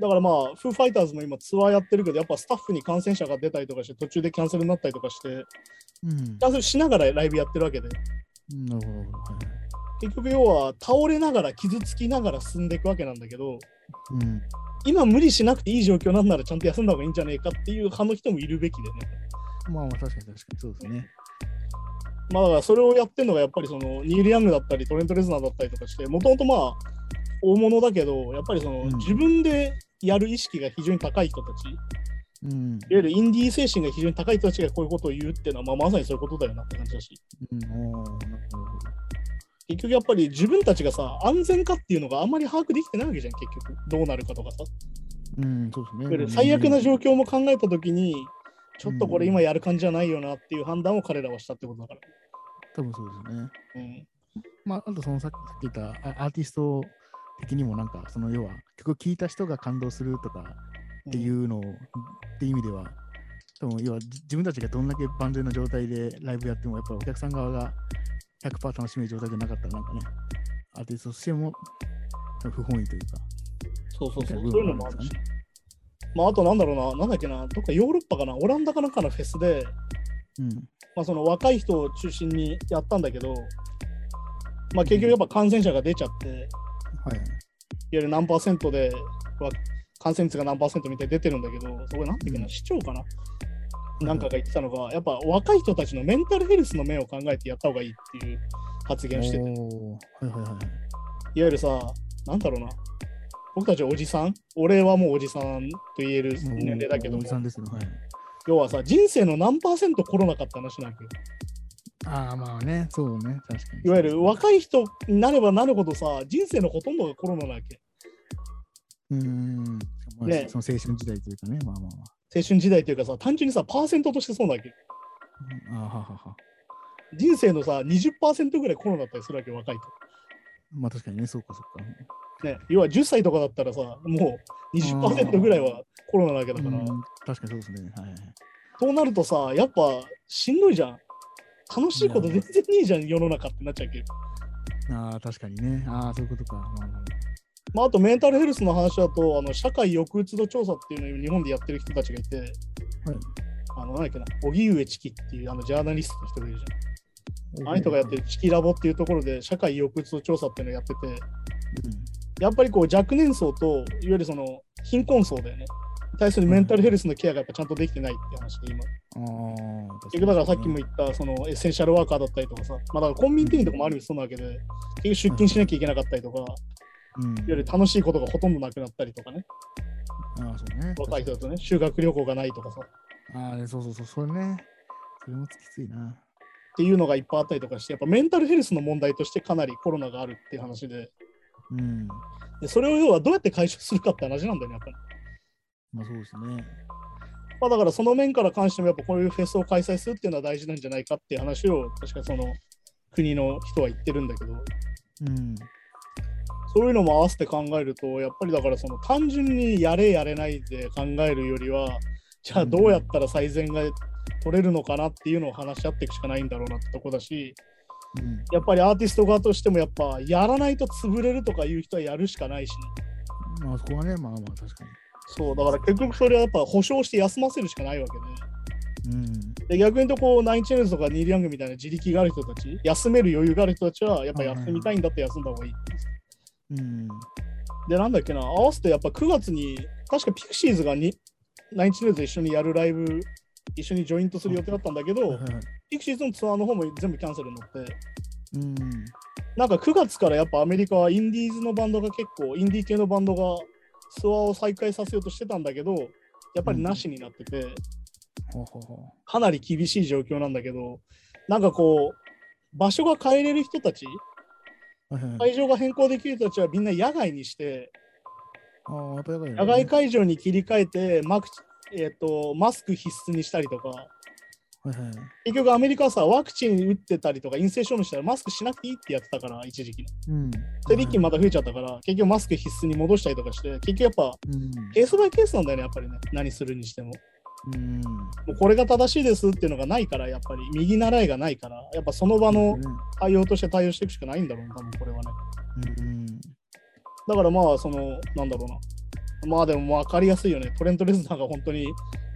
Speaker 2: だからまあ、フーファイターズも今ツアーやってるけど、やっぱスタッフに感染者が出たりとかして、途中でキャンセルになったりとかして、
Speaker 3: うん
Speaker 2: キ、ャンセルしながらライブやってるわけで、
Speaker 3: なるほど、なるほど。はい
Speaker 2: 結局要は倒れながら、傷つきながら進んでいくわけなんだけど、
Speaker 3: うん、
Speaker 2: 今無理しなくていい状況なんならちゃんと休んだ方がいいんじゃねえかっていう派の人もいるべきでね。
Speaker 3: まあまあ確かに確かにそうですね。
Speaker 2: まあだからそれをやってるのがやっぱりそのニール・ヤングだったりトレント・レズナーだったりとかしてもともとまあ大物だけどやっぱりその
Speaker 3: うん
Speaker 2: 自分でやる意識が非常に高い人たち、いわ
Speaker 3: うん、
Speaker 2: ゆるインディー精神が非常に高い人たちがこういうことを言うっていうのは、まあ、まさにそういうことだよなって感じだし
Speaker 3: うん、おーなるほど。
Speaker 2: 結局やっぱり自分たちがさ安全かっていうのがあんまり把握できてないわけじゃん結局どうなるかとかさ、
Speaker 3: うん、そうですね。
Speaker 2: いわゆる最悪な状
Speaker 3: 況。
Speaker 2: 況も考えた時にちょっとこれ今やる感じじゃないよなっていう判断を彼らはしたってことだから、
Speaker 3: 多分そうですね。
Speaker 2: うん、
Speaker 3: まあ、あとそのさっきさっき言ったあアーティスト的にもなんか、その要は曲聴いた人が感動するとかっていうのを、って意味では、多分要はじ自分たちがどんだけ万全な状態でライブやっても、やっぱお客さん側が100%楽しめる状態じゃなかったら、なんかね、アーティストとしても多分不本意というか。
Speaker 2: そうそうそう、
Speaker 3: みたいな部分
Speaker 2: そういうのもあるし。まあ、あとなんだろうな、なんだっけな、どっかヨーロッパかな、オランダかなんかのフェスで、
Speaker 3: うん。
Speaker 2: まあ、その若い人を中心にやったんだけど、まあ、結局やっぱ感染者が出ちゃって、いわ
Speaker 3: はいはい。
Speaker 2: ゆる何パーセントで、わ感染率が何パーセントみたいに出てるんだけど、そこなんていうかな、
Speaker 3: うん
Speaker 2: 市長かな、なんかが言ってたのが、やっぱ若い人たちのメンタルヘルスの面を考えてやった方がいいっていう発言をしてて、いわ
Speaker 3: おーはいはいはいはい。
Speaker 2: ゆるさ、なんだろうな、僕たちおじさん、俺はもうおじさんと言える年齢だけど
Speaker 3: お
Speaker 2: も
Speaker 3: じ、さんですね。はい。
Speaker 2: 要はさ、人生の何パーセントコロナかって話なわけよ。
Speaker 3: ああ、まあね、そうね、確かに。
Speaker 2: いわゆる若い人になればなるほどさ、人生のほとんどがコロナなわけ。
Speaker 3: うーん。まあ
Speaker 2: ね
Speaker 3: その青春時代というかね、まあまあま
Speaker 2: 青春時代というかさ、単純にさ、パーセントとしてそうなわけ。
Speaker 3: あ。うんあーはははは。
Speaker 2: 人生のさ、20%ぐらいコロナだったりするわけよ、若いと。
Speaker 3: まあ確かにね、そうかそうか。
Speaker 2: ね、要は10歳とかだったらさ、もう20%ぐらいはコロナなわけだから、
Speaker 3: うん確かにそうですね。はいはいはい。
Speaker 2: そうなるとさ、やっぱしんどいじゃん。楽しいこと全然ねえじゃん、世の中ってなっちゃうけど。
Speaker 3: ああ、確かにね。ああ、そういうことか。まあまあま
Speaker 2: まあ、あとメンタルヘルスの話だと、あの社会抑うつ度調査っていうのを日本でやってる人たちがいて、あの、なんだっけな、荻上チキっていうあのジャーナリストの人がいるじゃん。
Speaker 3: あ
Speaker 2: あの人がやってるチキラボっていうところで、社会抑うつ度調査っていうのをやってて、やっぱりこう若年層と、いわゆるその貧困層だよね。対するメンタルヘルスのケアがやっぱちゃんとできてないって話で今。
Speaker 3: うん。ああ。
Speaker 2: 結局だからさっきも言ったそのエッセンシャルワーカーだったりとかさ、まあ、だからコンビニ店員とかもある意味そうなわけで、結局出勤しなきゃいけなかったりとか、いわ
Speaker 3: うん、
Speaker 2: ゆる楽しいことがほとんどなくなったりとかね、
Speaker 3: ああ、そうね。
Speaker 2: 若い人だとね、修学旅行がないとかさ、っ
Speaker 3: ああ、そうそうそう、それね。それもきついな。
Speaker 2: ていうのがいっぱいあったりとかして、やっぱメンタルヘルスの問題としてかなりコロナがあるっていう話で、
Speaker 3: うん。
Speaker 2: でそれを要はどうやって解消するかって話なんだよね、やっぱり。
Speaker 3: まあそうですね。
Speaker 2: まあ、だからその面から関しても、やっぱこういうフェスを開催するっていうのは大事なんじゃないかっていう話を、確かその国の人は言ってるんだけど、
Speaker 3: うん。
Speaker 2: そういうのも合わせて考えると、やっぱりだからその単純にやれやれないで考えるよりは、じゃあどうやったら最善が取れるのかなっていうのを話し合っていくしかないんだろうなってとこだし、
Speaker 3: うん。
Speaker 2: やっぱりアーティスト側としてもやっぱやらないと潰れるとかいう人はやるしかないしね、
Speaker 3: まあそこはね、まあまあ確か
Speaker 2: そう、だから結局それはやっぱ保証して休ませるしかないわけ
Speaker 3: に。うん。
Speaker 2: で。で逆に言うとこう、ナインチェーンズとかニール・ヤングみたいな自力がある人たち、休める余裕がある人たちはやっぱ休みたいんだって休んだ方がいい。
Speaker 3: うん。
Speaker 2: で、なんだっけな、合わせてやっぱ9月に、確かピクシーズがにナインチネーズ一緒にやるライブ、一緒にジョイントする予定だったんだけ
Speaker 3: はい
Speaker 2: ど
Speaker 3: は、いはい
Speaker 2: ピクシーズのツアーの方も全部キャンセルになって、
Speaker 3: うん。
Speaker 2: なんか9月からやっぱアメリカはインディーズのバンドが結構、インディー系のバンドがツアーを再開させようとしてたんだけど、やっぱりなしになってて、
Speaker 3: ほうほうほう。
Speaker 2: かなり厳しい状況なんだけど、なんかこう、場所が変えれる人たち、
Speaker 3: はいはいはい
Speaker 2: 会場が変更できる人たちはみんな野外にして、
Speaker 3: ああ、またやばいよね
Speaker 2: 野外会場に切り替えてマクチ、えっとマスク必須にしたりとか、
Speaker 3: はいはい。
Speaker 2: 結局アメリカはさ、ワクチン打ってたりとか、陰性証明したらマスクしなくていいってやってたから、一時期。
Speaker 3: うん。
Speaker 2: で、一気にまた増えちゃったから、結局マスク必須に戻したりとかして、結局やっぱ
Speaker 3: うん。
Speaker 2: ケースバイケースなんだよね、やっぱりね、何するにしても。
Speaker 3: う
Speaker 2: も
Speaker 3: ん。
Speaker 2: うこれが正しいですっていうのがないから、やっぱり右習いがないから、やっぱその場の対応として対応していくしかないんだろうな、多分これはね。
Speaker 3: うん。
Speaker 2: だからまあ、その、なんだろうな。まあでも分かりやすいよね。トレント・レズナーが本当に、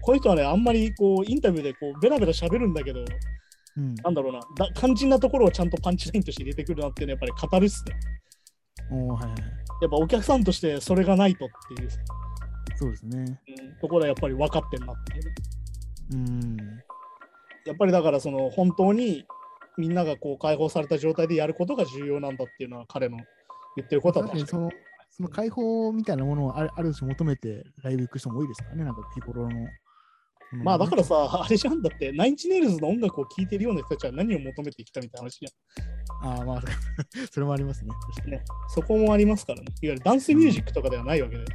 Speaker 2: この人はね、あんまりこう、インタビューでこう、ベラベラ喋るんだけど、
Speaker 3: うん。
Speaker 2: なんだろうな、だ肝心なところをちゃんとパンチラインとして入れてくるなっていうのはやっぱり語るっすね。
Speaker 3: おおはいはいはい。
Speaker 2: やっぱお客さんとしてそれがないとっていう、
Speaker 3: そうですね。
Speaker 2: うんところはやっぱり分かってんなっていうね。
Speaker 3: うん。
Speaker 2: やっぱりだからその、本当にみんながこう、解放された状態でやることが重要なんだっていうのは彼の言ってることは
Speaker 3: 確
Speaker 2: 確
Speaker 3: かに
Speaker 2: か
Speaker 3: そ
Speaker 2: に。
Speaker 3: の、その解放みたいなものをあるある種求めてライブ行く人も多いですからね、なんか日頃の。
Speaker 2: まあだからさ、あれじゃんだって、ナインチネイルズの音楽を聴いてるような人たちは何を求めてきたみたいな話じゃん。
Speaker 3: ああ、まあ、それもありますね。確かに
Speaker 2: ねそこもありますからね。いわゆるダンスミュージックとかではないわけで、いわ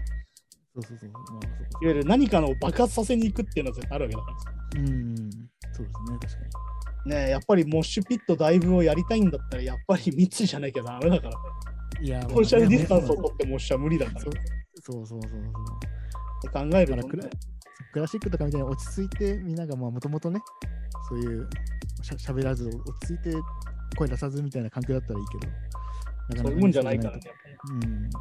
Speaker 3: そうそうそう。まあ、そうか。
Speaker 2: ゆる何かの爆発させに行くっていうのは絶対あるわけだからさ
Speaker 3: うんうん。そうですね、確かに。
Speaker 2: ねえやっぱりモッシュピットだいぶをやりたいんだったら、やっぱり密じゃなきゃダメだからね。
Speaker 3: いや、
Speaker 2: ソーシャルディスタンスを
Speaker 3: まあ
Speaker 2: 取ってモッシュは無理だからっ
Speaker 3: そそうそうそうそう。
Speaker 2: て考え
Speaker 3: だか
Speaker 2: る
Speaker 3: ら
Speaker 2: と
Speaker 3: クラ
Speaker 2: ね、
Speaker 3: クラシックとかみたいに落ち着いて、みんながもともとね、そういうしゃしゃべらず、落ち着いて声出さずみたいな環境だったらいいけど、なかなかね
Speaker 2: そういうもんじゃないからね。。やっぱり
Speaker 3: そうじゃないと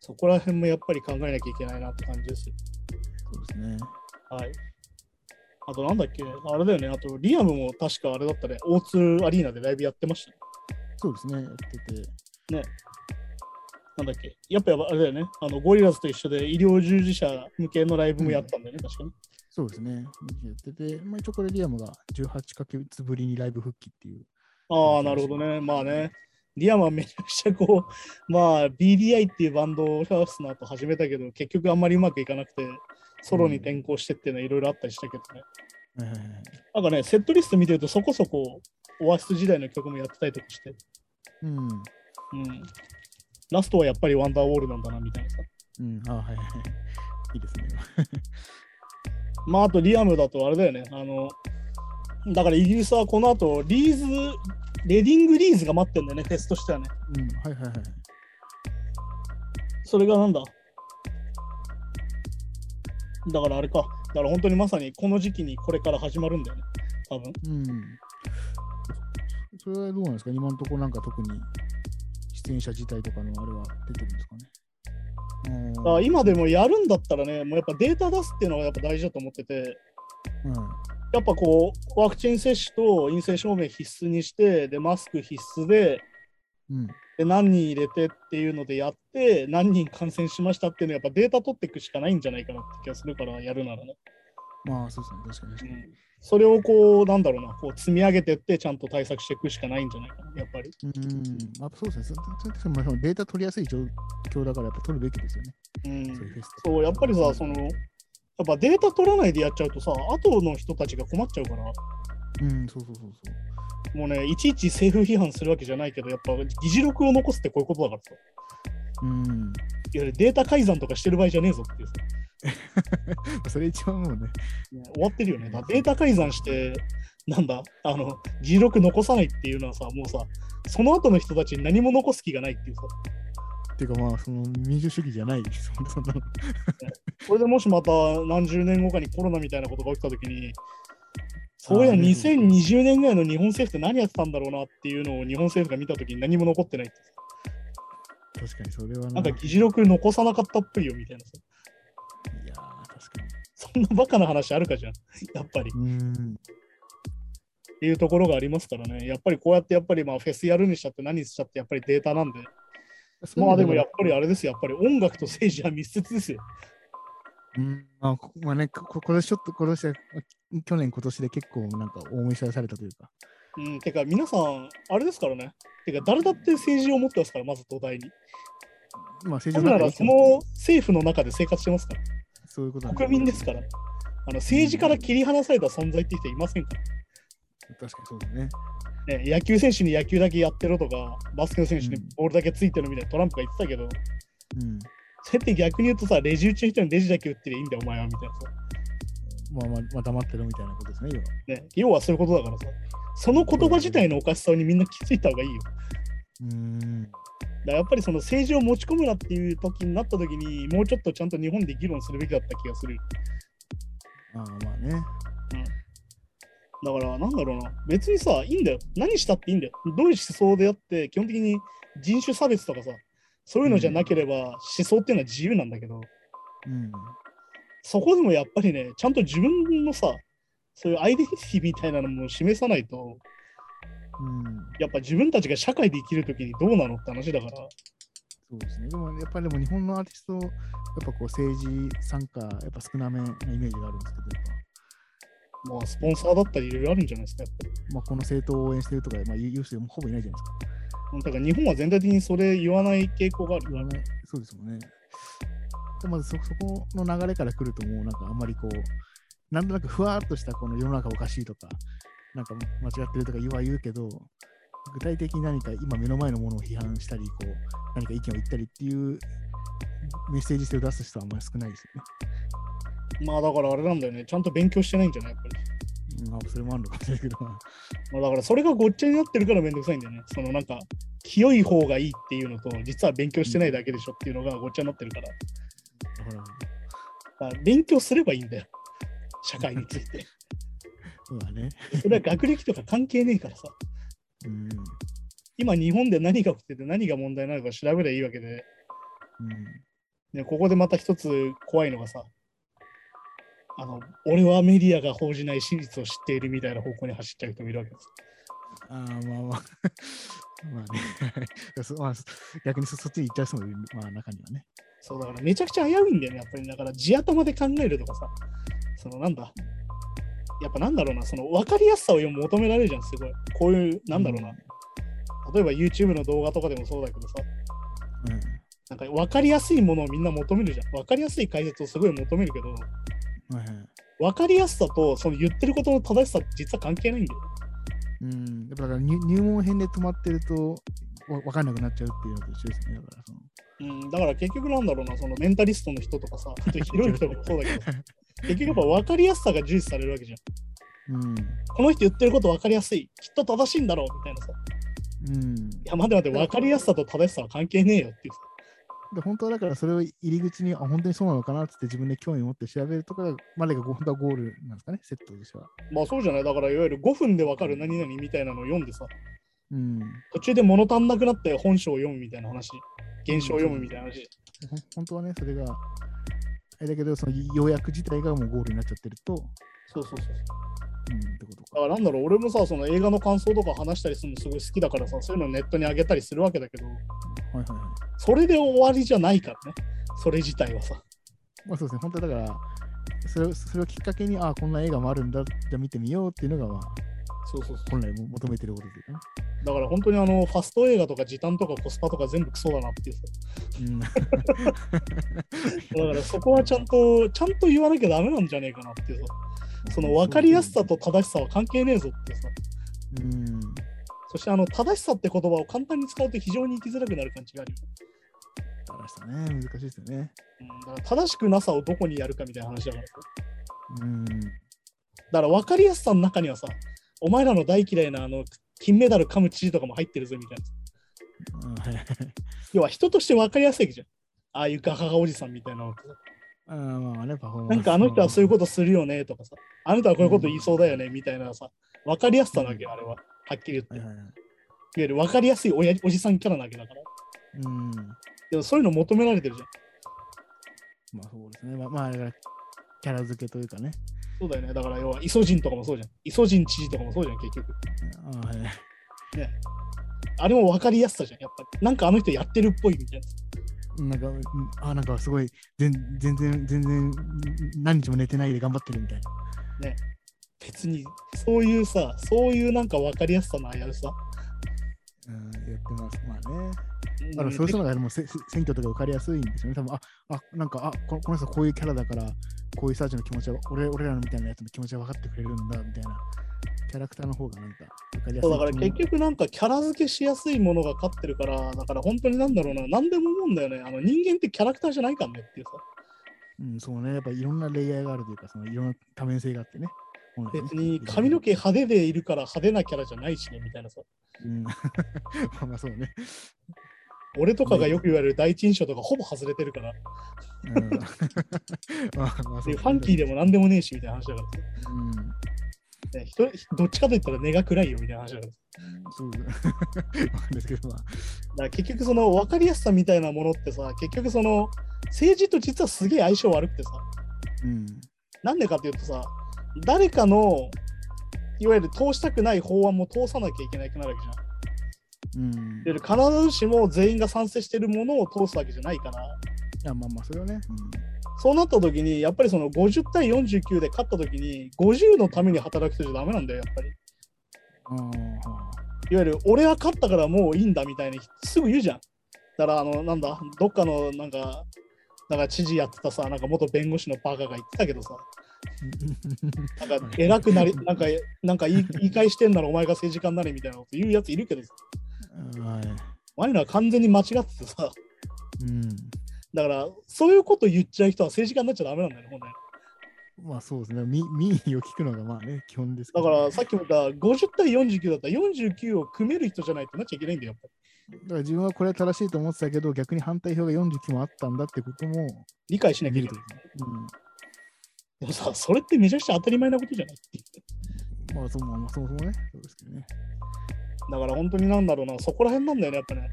Speaker 2: そこら辺もやっぱり考えなきゃいけないなって感じですよ。
Speaker 3: うん、そうですね。
Speaker 2: はい。あとなんだっけあれだよね。あとリアムも確かあれだったね。O2 アリーナでライブやってましたね。
Speaker 3: そうですね、やってて。
Speaker 2: なんだっけやっぱやばあれだよね。あのゴリラズと一緒で医療従事者向けのライブもやったんだよね。確かに。
Speaker 3: そうですね。やってて、まあ、一応これリアムが18ヶ月ぶりにライブ復帰っていう。
Speaker 2: ああ、なるほどね。まあね。リアムはめちゃくちゃこう、 まあ BDI っていうバンドをファースの後始めたけど、結局あんまりうまくいかなくて、ソロに転向してっていうのはいろいろあったりしたけどね。
Speaker 3: はいはいはい
Speaker 2: なんかね、セットリスト見てるとそこそこオアシス時代の曲もやってたりとかして、
Speaker 3: うん。
Speaker 2: うん。ラストはやっぱりワンダーウォールなんだなみたいなさ。
Speaker 3: うん。あはいはいはい。いいですね。
Speaker 2: まああとリアムだとあれだよね、あの、だからイギリスはこの後リーズレディングリーズが待ってんだよね、フェスとしてはね。
Speaker 3: うん、はいはいはい。
Speaker 2: それがなんだだからあれか。だから本当にまさにこの時期にこれから始まるんだよね。多分。
Speaker 3: うん。それはどうなんですか今のところなんか特に出演者自体とかのあれは出てるんですかね。うん
Speaker 2: あ今でもやるんだったらね、もうやっぱデータ出すっていうのがやっぱ大事だと思ってて、
Speaker 3: うん
Speaker 2: やっぱこう、ワクチン接種と陰性証明必須にして、で、マスク必須で、
Speaker 3: うん
Speaker 2: で何人入れてっていうのでやって、何人感染しましたっていうのはやっぱデータ取っていくしかないんじゃないかなって気がするから、やるならね。
Speaker 3: まあそうですね、確かに確か
Speaker 2: それをこう、なんだろうな、こう積み上げてって、ちゃんと対策していくしかないんじゃないかな、やっぱり。
Speaker 3: に。うん、まあそうですね。そそそまあデータ取りやすい状況だからやっぱ取るべきですよね。
Speaker 2: うん
Speaker 3: そういうフェスって
Speaker 2: そう、やっぱりさ、その、やっぱデータ取らないでやっちゃうとさ、後の人たちが困っちゃうから、
Speaker 3: うん、そうそうそうそう。
Speaker 2: もうね、いちいち政府批判するわけじゃないけど、やっぱ議事録を残すってこういうことだからさ、
Speaker 3: うん、
Speaker 2: いやデータ改ざんとかしてる場合じゃねえぞっていうさ、
Speaker 3: それ一番もうね、
Speaker 2: 終わってるよね。だデータ改ざんして、なんだ、あの、議事録残さないっていうのはさ、もうさ、その後の人たちに何も残す気がないっていうさ、
Speaker 3: っていうかまあ、その民主主義じゃない、 そんなそんなの。
Speaker 2: これでもしまた何十年後かにコロナみたいなことが起きたときに、そういや、
Speaker 3: あーね
Speaker 2: 2020年ぐらいの日本政府って何やってたんだろうなっていうのを日本政府が見たときに何も残ってないってさ
Speaker 3: 確かにそれは
Speaker 2: な
Speaker 3: な。
Speaker 2: んか議事録残さなかったっぽいよみたいなさ、
Speaker 3: いやー確か
Speaker 2: そんなバカな話あるかじゃん、 やっぱり。
Speaker 3: に。うん、
Speaker 2: っていうところがありますからね、やっぱりこうやってやっぱりまあフェスやるにしちゃって何しちゃってやっぱりデータなんで、まあでもやっぱりあれですよ、やっぱり音楽と政治は密接ですよ。
Speaker 3: うんまあ、こまあね、ここ今年ちょっと、今年は、去年、今年で結構なんか大い知らされたというか、
Speaker 2: うん、てか皆さん、あれですからね、てか誰だって政治を持ってますから、まず土台に。
Speaker 3: まあ
Speaker 2: な
Speaker 3: 政治
Speaker 2: ぜ
Speaker 3: の
Speaker 2: な
Speaker 3: 中
Speaker 2: ら
Speaker 3: で
Speaker 2: その政府の中で生活してますから、
Speaker 3: そういうことなん
Speaker 2: 国民ですから。あの政治から切り離された存在って人いませんか
Speaker 3: 確かにそうだね。
Speaker 2: ら、ね、野球選手に野球だけやってろとか、バスケの選手に
Speaker 3: うん
Speaker 2: ボールだけついてるみたいなトランプが言ってたけど、
Speaker 3: うん。
Speaker 2: それって逆に言うとさ、レジ打ちの人にレジだけ打ってりゃいいんだよ、お前はみたいなさ。
Speaker 3: まあまあ、まあ、黙ってるみたいなことですね、要は。
Speaker 2: ね、要はそういうことだからさ、その言葉自体のおかしさにみんな気づいた方がいいよ。だか
Speaker 3: うーん。
Speaker 2: らやっぱりその政治を持ち込むなっていう時になった時に、もうちょっとちゃんと日本で議論するべきだった気がする。
Speaker 3: まあまあね。
Speaker 2: だから、なんだろうな、別にさ、いいんだよ。何したっていいんだよ。どういう思想であって、基本的に人種差別とかさ、そういうのじゃなければ思想っていうのは自由なんだけど、
Speaker 3: うん。
Speaker 2: そこでもやっぱりね、ちゃんと自分のさ、そういうアイデンティティみたいなのも示さないと、
Speaker 3: うん。
Speaker 2: やっぱ自分たちが社会で生きるときにどうなのって話だから、
Speaker 3: そうですね。でも、やっぱりでも日本のアーティスト、やっぱこう政治参加、やっぱ少なめなイメージがあるんですけど、やっぱ。
Speaker 2: まあ、スポンサーだったりいろいろあるんじゃないですか、やっぱり
Speaker 3: まあ、この政党を応援してるとか、まあ、言う言う人もほぼいないじゃないですか。
Speaker 2: うん。だから日本は全体的にそれ言わない傾向がある。
Speaker 3: 言わない、そうですもんね。でまずそそこの流れから来ると、もうなんかあんまりこう、なんとなくふわーっとしたこの世の中おかしいとか、なんか間違ってるとか言うは言うけど、具体的に何か今目の前のものを批判したり、こう何か意見を言ったりっていうメッセージ性を出す人はあんまり少ないですよ
Speaker 2: まあだからあれなんだよね、ちゃんと勉強してないんじゃないやっぱり。
Speaker 3: ね。まあ、それもあるのかもしれないけど、ま
Speaker 2: まあ、だからそれがごっちゃになってるからめんどくさいんだよね。そのなんか、清い方がいいっていうのと、実は勉強してないだけでしょっていうのがごっちゃになってるから、
Speaker 3: あほら、
Speaker 2: だから勉強すればいいんだよ。社会について。
Speaker 3: そうだね。
Speaker 2: それは学歴とか関係ねえからさ。
Speaker 3: うん。
Speaker 2: 今日本で何が起きてて何が問題なのか調べればいいわけで、
Speaker 3: うん。
Speaker 2: ね、ここでまた一つ怖いのがさ、あの、俺はメディアが報じない真実を知っているみたいな方向に走っちゃう人もいるわけです。
Speaker 3: ああ、まあまあ。まあね、 はいそまあ、そ逆にそそっちに行っちゃう人もいる、まあ、中にはね。
Speaker 2: そうだからめちゃくちゃ危ういんだよね、やっぱり。だから地頭で考えるとかさ、そのなんだ、やっぱなんだろうな、その分かりやすさを求められるじゃん、すごい。こういう、なんだろうな、例えば YouTube の動画とかでもそうだけどさ、
Speaker 3: うん。
Speaker 2: なんか分かりやすいものをみんな求めるじゃん。分かりやすい解説をすごい求めるけど、
Speaker 3: はいはい。
Speaker 2: 分かりやすさとその言ってることの正しさって実は関係ないんだよ。
Speaker 3: うん。やっぱだから入入門編で止まってると、わわかんなくなっちゃうっていうのと一緒ですよね。だからその。
Speaker 2: うん、だから結局なんだろうな、そのメンタリストの人とかさ、あとヒロインとかもそうだけどさ、結局やっぱ分かりやすさが重視されるわけじゃん。
Speaker 3: うん。
Speaker 2: この人言ってること分かりやすい、きっと正しいんだろうみたいなさ。
Speaker 3: うん。
Speaker 2: いや、まだまだ分かりやすさと正しさは関係ねえよっていう。
Speaker 3: で本当はだからそれを入り口に、あ、本当にそうなのかなってって自分で興味を持って調べるところまでが本当はゴールなんですかね、セットとしては。
Speaker 2: まあそうじゃない。だからいわゆる5分で分かる何々みたいなのを読んでさ、
Speaker 3: うん。
Speaker 2: 途中で物足んなくなって本書を読むみたいな話、現象を読むみたいな話。
Speaker 3: ほん本当はね、それが、あれだけど、その要約自体がもうゴールになっちゃってると、う
Speaker 2: そうそうそう。
Speaker 3: ん、ってこと
Speaker 2: だ
Speaker 3: か。
Speaker 2: からなんだろう、俺もさ、その映画の感想とか話したりするのすごい好きだからさ、そういうのネットに上げたりするわけだけど、
Speaker 3: はいはいはい。
Speaker 2: それで終わりじゃないからね、それ自体はさ。
Speaker 3: まあそうですね、本当はだから、それをそれをきっかけに、ああ、こんな映画もあるんだ、じゃあ見てみようっていうのが、まあ、
Speaker 2: そうそうそう。
Speaker 3: 本来も求めてることでかな。
Speaker 2: だから本当にあの、ファスト映画とか時短とかコスパとか全部クソだなっていうさ。
Speaker 3: うん。
Speaker 2: だからそこはちゃんと、ちゃんと言わなきゃダメなんじゃねえかなっていうさ。その分かりやすさと正しさは関係ねえぞっていうさ。
Speaker 3: うん。
Speaker 2: そしてあの、正しさって言葉を簡単に使うと非常に生きづらくなる感じがあるよ。
Speaker 3: 正しさね、難しいですよね。
Speaker 2: うん、だから正しくなさをどこにやるかみたいな話だから。
Speaker 3: うん。
Speaker 2: だから分かりやすさの中にはさ、お前らの大嫌いなあの金メダル噛む知事とかも入ってるぜみたいな。
Speaker 3: うんはいはいはい
Speaker 2: 要は人として分かりやすいじゃん。ああいうガハガおじさんみたいなのってさ。
Speaker 3: あーまあね、パフォーマンス
Speaker 2: なんかあの人はそういうことするよねとかさ。あなたはこういうこと言いそうだよねみたいなさ。分かりやすさなわけよ、あれは。はっきり言って。
Speaker 3: は
Speaker 2: い
Speaker 3: い
Speaker 2: わ
Speaker 3: はいはい
Speaker 2: ゆる分かりやすいおやおじさんキャラなわけだから。
Speaker 3: うん。
Speaker 2: でもそういうの求められてるじゃん。
Speaker 3: まあそうですね。まあ、まあ、だからキャラ付けというかね。
Speaker 2: そうだよね。だから要はイソジンとかもそうじゃん。イソジン知事とかもそうじゃん、結局。
Speaker 3: あーはいはい
Speaker 2: あれも分かりやすさじゃん、やっぱり。なんかあの人やってるっぽいみたいな。
Speaker 3: なんか、うんあーなんかすごい、全全然、全然、何日も寝てないで頑張ってるみたいな。
Speaker 2: 別に、そういうさ、そういうなんか分かりやすさの危うさ。
Speaker 3: うん、やってます。まあね。
Speaker 2: うん
Speaker 3: あのそういう人がでもせせ選挙とか受かりやすいんですよね。多分ああなんかあここの人こういうキャラだからこういう人たちの気持ちは俺俺らのみたいなやつの気持ちは分かってくれるんだみたいなキャラクターの方がなんか分かりや
Speaker 2: そ
Speaker 3: すい
Speaker 2: だ
Speaker 3: う
Speaker 2: から
Speaker 3: 気も
Speaker 2: 結局なんかキャラ付けしやすいものが勝ってるから、だから本当になんだろうな、何でも思うんだよね。あの人間ってキャラクターじゃないからねっていうさ。
Speaker 3: うん、そうねやっぱいろんなレイヤーがあるというかそのいろんな多面性があってね。本来ね
Speaker 2: 別に髪の毛、派手でいるから派手なキャラじゃないしねみたいなさ。
Speaker 3: うん、 まあまあそうね。
Speaker 2: 俺とかがよく言われる第一印象とかほぼ外れてるから、
Speaker 3: うん まあまあそう
Speaker 2: でファンキーでも何でもねえしみたいな話だから
Speaker 3: うん、
Speaker 2: さね人どっちかといったら根が暗いよみたいな話だからさ
Speaker 3: そう だ。わかんないですけどまあ。
Speaker 2: だから結局その分かりやすさみたいなものってさ結局その政治と実はすげえ相性悪くてさ
Speaker 3: うん。
Speaker 2: なんでかっていうとさ誰かのいわゆる通したくない法案も通さなきゃいけなくなるわけじゃん。
Speaker 3: うん。
Speaker 2: いわゆる必ずしも全員が賛成してるものを通すわけじゃないから
Speaker 3: あまあまあそれはね。
Speaker 2: そうなった時にやっぱりその50対49で勝った時に50のために働く人じゃダメなんだよやっぱり。
Speaker 3: うん。ああ。
Speaker 2: いわゆる俺は勝ったからもういいんだみたいにすぐ言うじゃん。だからあのなんだどっかのなんかなんか知事やってたさなんか元弁護士のバカが言ってたけどさなんか偉くなりなんかなんか 言い言い返してんならお前が政治家になれみたいなこと言うやついるけどさ
Speaker 3: はい。
Speaker 2: お前らは完全に間違っててさ
Speaker 3: うん。
Speaker 2: だからそういうこと言っちゃう人は政治家になっちゃダメなんだよね本来
Speaker 3: まあそうですね。み民意を聞くのがまあね、基本ですけ
Speaker 2: だ
Speaker 3: ど
Speaker 2: からさっきも言った50対49だったら49を組める人じゃないとなっちゃいけないんだよやっぱり
Speaker 3: だから自分はこれは正しいと思ってたけど、逆に反対票が49もあったんだってことも、
Speaker 2: 理解しなきゃいけない
Speaker 3: うん、
Speaker 2: でもさそれってめちゃくちゃ当たり前なことじゃないっていう
Speaker 3: まあそも、まあ、そもそもね、そうですけどね。
Speaker 2: だから本当になんだろうな、そこら辺なんだよね、やっぱね。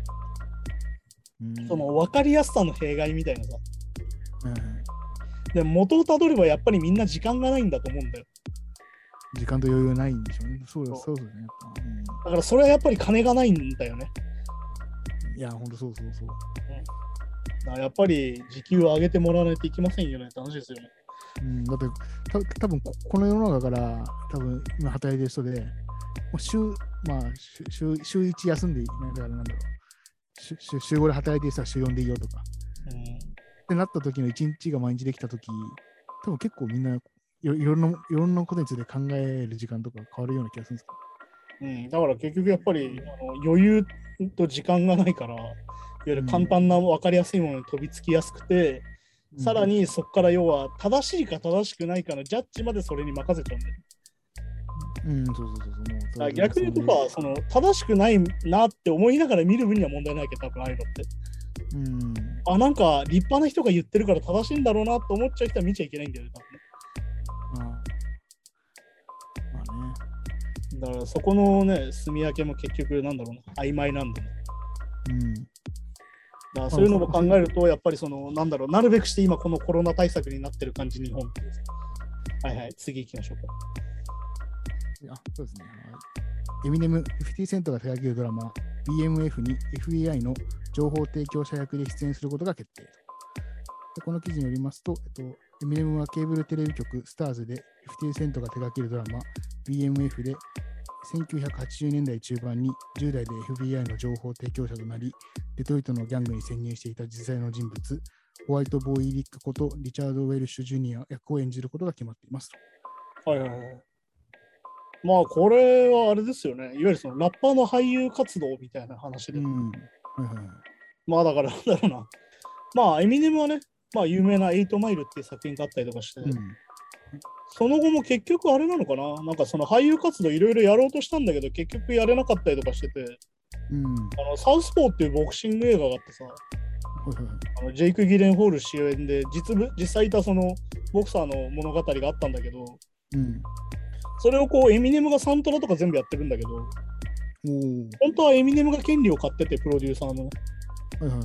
Speaker 3: うん、
Speaker 2: その分かりやすさの弊害みたいなさ。
Speaker 3: うん、
Speaker 2: で元をたどればやっぱりみんな時間がないんだと思うんだよ。
Speaker 3: 時間と余裕ないんでしょうね。そうだ、
Speaker 2: そ
Speaker 3: そうですね。やっぱ
Speaker 2: だからそれはやっぱり金がないんだよね。
Speaker 3: うん、いや、ほんとそうそうそう。
Speaker 2: だからやっぱり時給を上げてもらわないといけませんよねって話ですよね。
Speaker 3: うん、だって、た多分ここの世の中から、多分今働いてる人で、もう週、まあ、週週週1休んでいい、だからなんだろう。週週週5で働いてる人は週4でいいよとか。ってなった時の一日が毎日できた時多分結構みんないろいろんないろんなことについて考える時間とか変わるような気がするんです
Speaker 2: うん。うん、だから結局やっぱりあの余裕と時間がないから、いわゆる簡単な分かりやすいものに飛びつきやすくて、
Speaker 3: けど
Speaker 2: さら、にそこから要は正しいか正しくないかのジャッジまでそれに任せちゃうんだよ。
Speaker 3: ううん、そうそうそうそう。もう
Speaker 2: だから逆に言うとか、その正しくないなって思いながら見る分には問題ないけど、多分ああいうのって。
Speaker 3: うん。
Speaker 2: あ、なんか立派な人が言ってるから正しいんだろうなと思っちゃう人は見ちゃいけないんだよね、多分ね
Speaker 3: あまあね。
Speaker 2: だからそこのね、住み分けも結局なんだろうな、曖昧なんだよね。
Speaker 3: うん。
Speaker 2: だからそういうのも考えると、やっぱりその、なんだろう、なるべくして今このコロナ対策になってる感じ、日本っていうさ。はいはい、次行きましょうか。
Speaker 3: あ、そうですね。はいエミネム50セントが手掛けるドラマ BMF に FBI の情報提供者役で出演することが決定とでこの記事によりますと、えっと、エミネムはケーブルテレビ局スターズで50セントが手掛けるドラマ BMF で1980年代中盤に10代で FBI の情報提供者となり、デトロイトのギャングに潜入していた実在の人物、ホワイトボーイ・リックことリチャード・ウェルシュ・ジュニア役を演じることが決まっていますと。
Speaker 2: はいはいはい。まあ、これはあれですよね。いわゆるそのラッパーの俳優活動みたいな話で。
Speaker 3: うん。はいはいはい。
Speaker 2: まあ、だから、なんだろうな。まあ、エミネムはね、まあ、有名なエイトマイルっていう作品があったりとかして、
Speaker 3: うん
Speaker 2: その後も結局あれなのかななんかその俳優活動いろいろやろうとしたんだけど、結局やれなかったりとかしてて、
Speaker 3: うん。はい
Speaker 2: あのサウスポーっていうボクシング映画があってさ、
Speaker 3: はいはい。
Speaker 2: あのジェイク・ギレンホール主演で実部、実際いたそのボクサーの物語があったんだけど、
Speaker 3: うん。
Speaker 2: それをこうエミネムがサントラとか全部やってるんだけど、
Speaker 3: お
Speaker 2: 本当はエミネムが権利を買ってて、プロデューサーの。
Speaker 3: お。はいはい。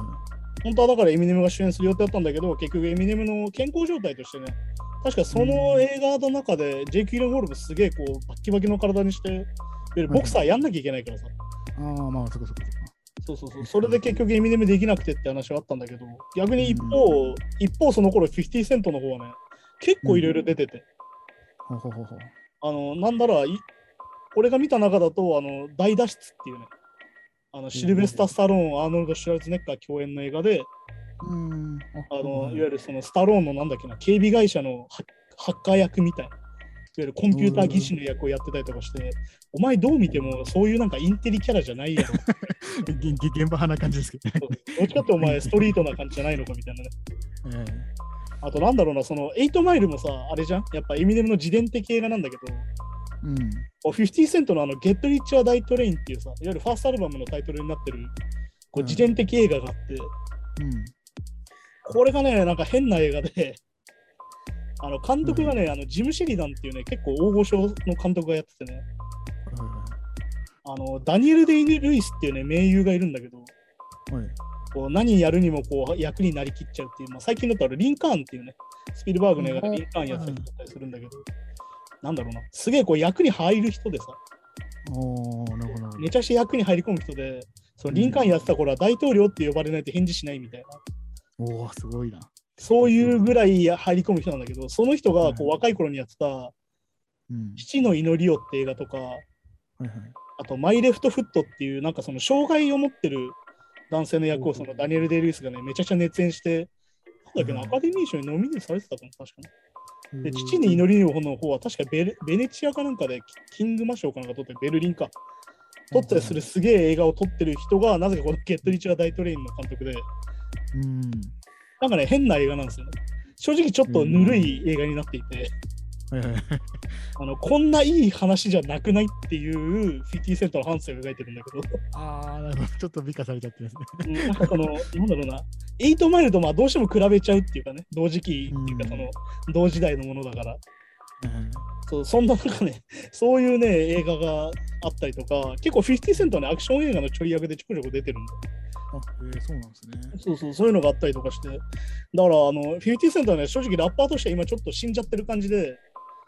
Speaker 2: 本当はだからエミネムが主演する予定だったんだけど、結局エミネムの健康状態としてね、確かその映画の中で、ジェイク・ギレンホールもすげえこうバッキバキの体にして、いわゆるボクサーやんなきゃいけないからさ。
Speaker 3: ああ、まあ、そこそこ
Speaker 2: そうそうそう。それで結局エミネムできなくてって話はあったんだけど、逆に一方、
Speaker 3: う
Speaker 2: 一方その頃50セントの方はね、結構いろいろ出てて、
Speaker 3: そこ。ほうほうほうほう。
Speaker 2: あの、なんだろう、い俺が見た中だと、あの、大脱出っていうね、あのシルベスタ・スタローン、アーノルド・シュラルツェネッカー共演の映画で、
Speaker 3: うーん。
Speaker 2: あ
Speaker 3: は
Speaker 2: の、
Speaker 3: はい
Speaker 2: わゆるそのスタローンのなんだっけな、警備会社のハッハッカー役みたいな。いわゆるコンピューター技師の役をやってたりとかして、お前どう見てもそういうなんかインテリキャラじゃないやろ。
Speaker 3: げげ現場派な感じですけどね。
Speaker 2: どっちかってお前ストリートな感じじゃないのかみたいなね。
Speaker 3: え
Speaker 2: あとなんだろうな、その8マイルもさ、あれじゃんやっぱエミネムの自伝的映画なんだけど、
Speaker 3: えうん。
Speaker 2: こう50セントのあの Get Rich or Die Train っていうさ、いわゆるファーストアルバムのタイトルになってる、こ
Speaker 3: う
Speaker 2: うん自伝的映画があって、
Speaker 3: うん。
Speaker 2: これがね、なんか変な映画で、 あの監督がね、あのジム・シェリダンっていうね、結構大御所の監督がやっててね、あのダニエル・デイ・ルイスっていうね、名優がいるんだけど、
Speaker 3: はいはいはい。はい。
Speaker 2: こう何やるにもこう役になりきっちゃうっていう、まあ、最近だったらリンカーンっていうね、スピルバーグの映画でリンカーンやったりとかするんだけど、なんだろうな、すげえこう役に入る人でさ、
Speaker 3: おー、なるほど。なるほど
Speaker 2: めちゃくちゃ役に入り込む人で、そのリンカーンやってた頃は大統領って呼ばれないと返事しないみたいな、
Speaker 3: おー、すごいな。
Speaker 2: そういうぐらい入り込む人なんだけど、その人がこ
Speaker 3: う
Speaker 2: うん若い頃にやってた、
Speaker 3: うん。
Speaker 2: 父の祈りよって映画とか、
Speaker 3: はいはい。
Speaker 2: あと、マイレフトフットっていう、なんかその障害を持ってる男性の役をそのダニエル・デイ・ルイスがね、めちゃくちゃ熱演して、なんだっけな、
Speaker 3: うん
Speaker 2: アカデミー賞にノミネートされてたかな、確かに。で、父に
Speaker 3: る。
Speaker 2: 祈りの方の方は、確かベルベネチアかなんかで、キキングマ賞かなんか取って、ベルリンか。撮ったりするすげえ映画を撮ってる人が、なぜかこのゲット・リチャー・ダイトレインの監督で、
Speaker 3: うん。
Speaker 2: なんかね、変な映画なんですよね。正直ちょっとぬるい映画になっていて、
Speaker 3: はいはいはい。
Speaker 2: あのこんないい話じゃなくないっていうフィティセントの反省を描いてるんだけど、
Speaker 3: あー、なるほど。ちょっと美化されちゃってますね。
Speaker 2: うんなんかその、なんだろうな、エイトマイルとまあどうしても比べちゃうっていうかね、同時期っていうか、
Speaker 3: うん
Speaker 2: その、同時代のものだから、
Speaker 3: うん
Speaker 2: そうそんな中ね、そういうね、映画があったりとか、結構フィティセントはね、アクション映画のちょい役でちょこちょこ出てるんで、
Speaker 3: あ、えー、そうなんですね。
Speaker 2: そうそう、そういうのがあったりとかして、だから、あの、50セントはね、正直ラッパーとしては今ちょっと死んじゃってる感じで、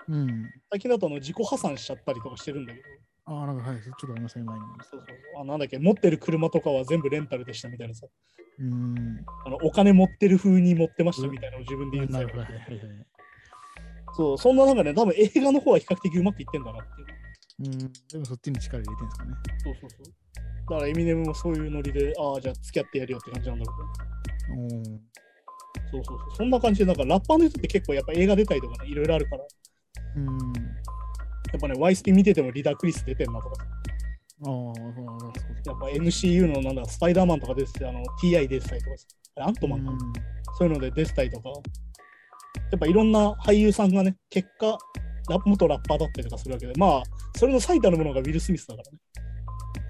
Speaker 3: うん。
Speaker 2: 最近だとあの自己破産しちゃったりとかしてるんだけど、
Speaker 3: あー、なんかはい。ちょっとありましたね、前に。
Speaker 2: そうそうそうあなんだっけ、持ってる車とかは全部レンタルでしたみたいなさ、
Speaker 3: うん。
Speaker 2: あのお金持ってる風に持ってましたみたいなのを自分で言ってた
Speaker 3: な
Speaker 2: り
Speaker 3: る
Speaker 2: と
Speaker 3: ほ
Speaker 2: か
Speaker 3: ど。はいはいはい。
Speaker 2: そう、そんな中ね、多分映画の方は比較的うまくいってんだなっていう。
Speaker 3: うん。でもそっちに力入れてるんですかね。
Speaker 2: そうそうそう。だからエミネムもそういうノリで、ああ、じゃあ付き合ってやるよって感じなんだろう
Speaker 3: おー。
Speaker 2: けど。そうそうそう。そんな感じで、なんかラッパーの人って結構やっぱ映画出たりとかね、いろいろあるから、や
Speaker 3: うん。
Speaker 2: っぱね、ワイスピ見ててもリダ・クリス出てんなとか、
Speaker 3: ああ、そうなんですか。
Speaker 2: やっぱ MCU のなんだ、スパイダーマンとか出てて、あの、TI 出てたりとかさ、アントマンかなそういうので出てたりとか、やっぱいろんな俳優さんがね、結果、ラ元ラッパーだったりとかするわけで、まあ、それの最たるものがウィル・スミスだからね。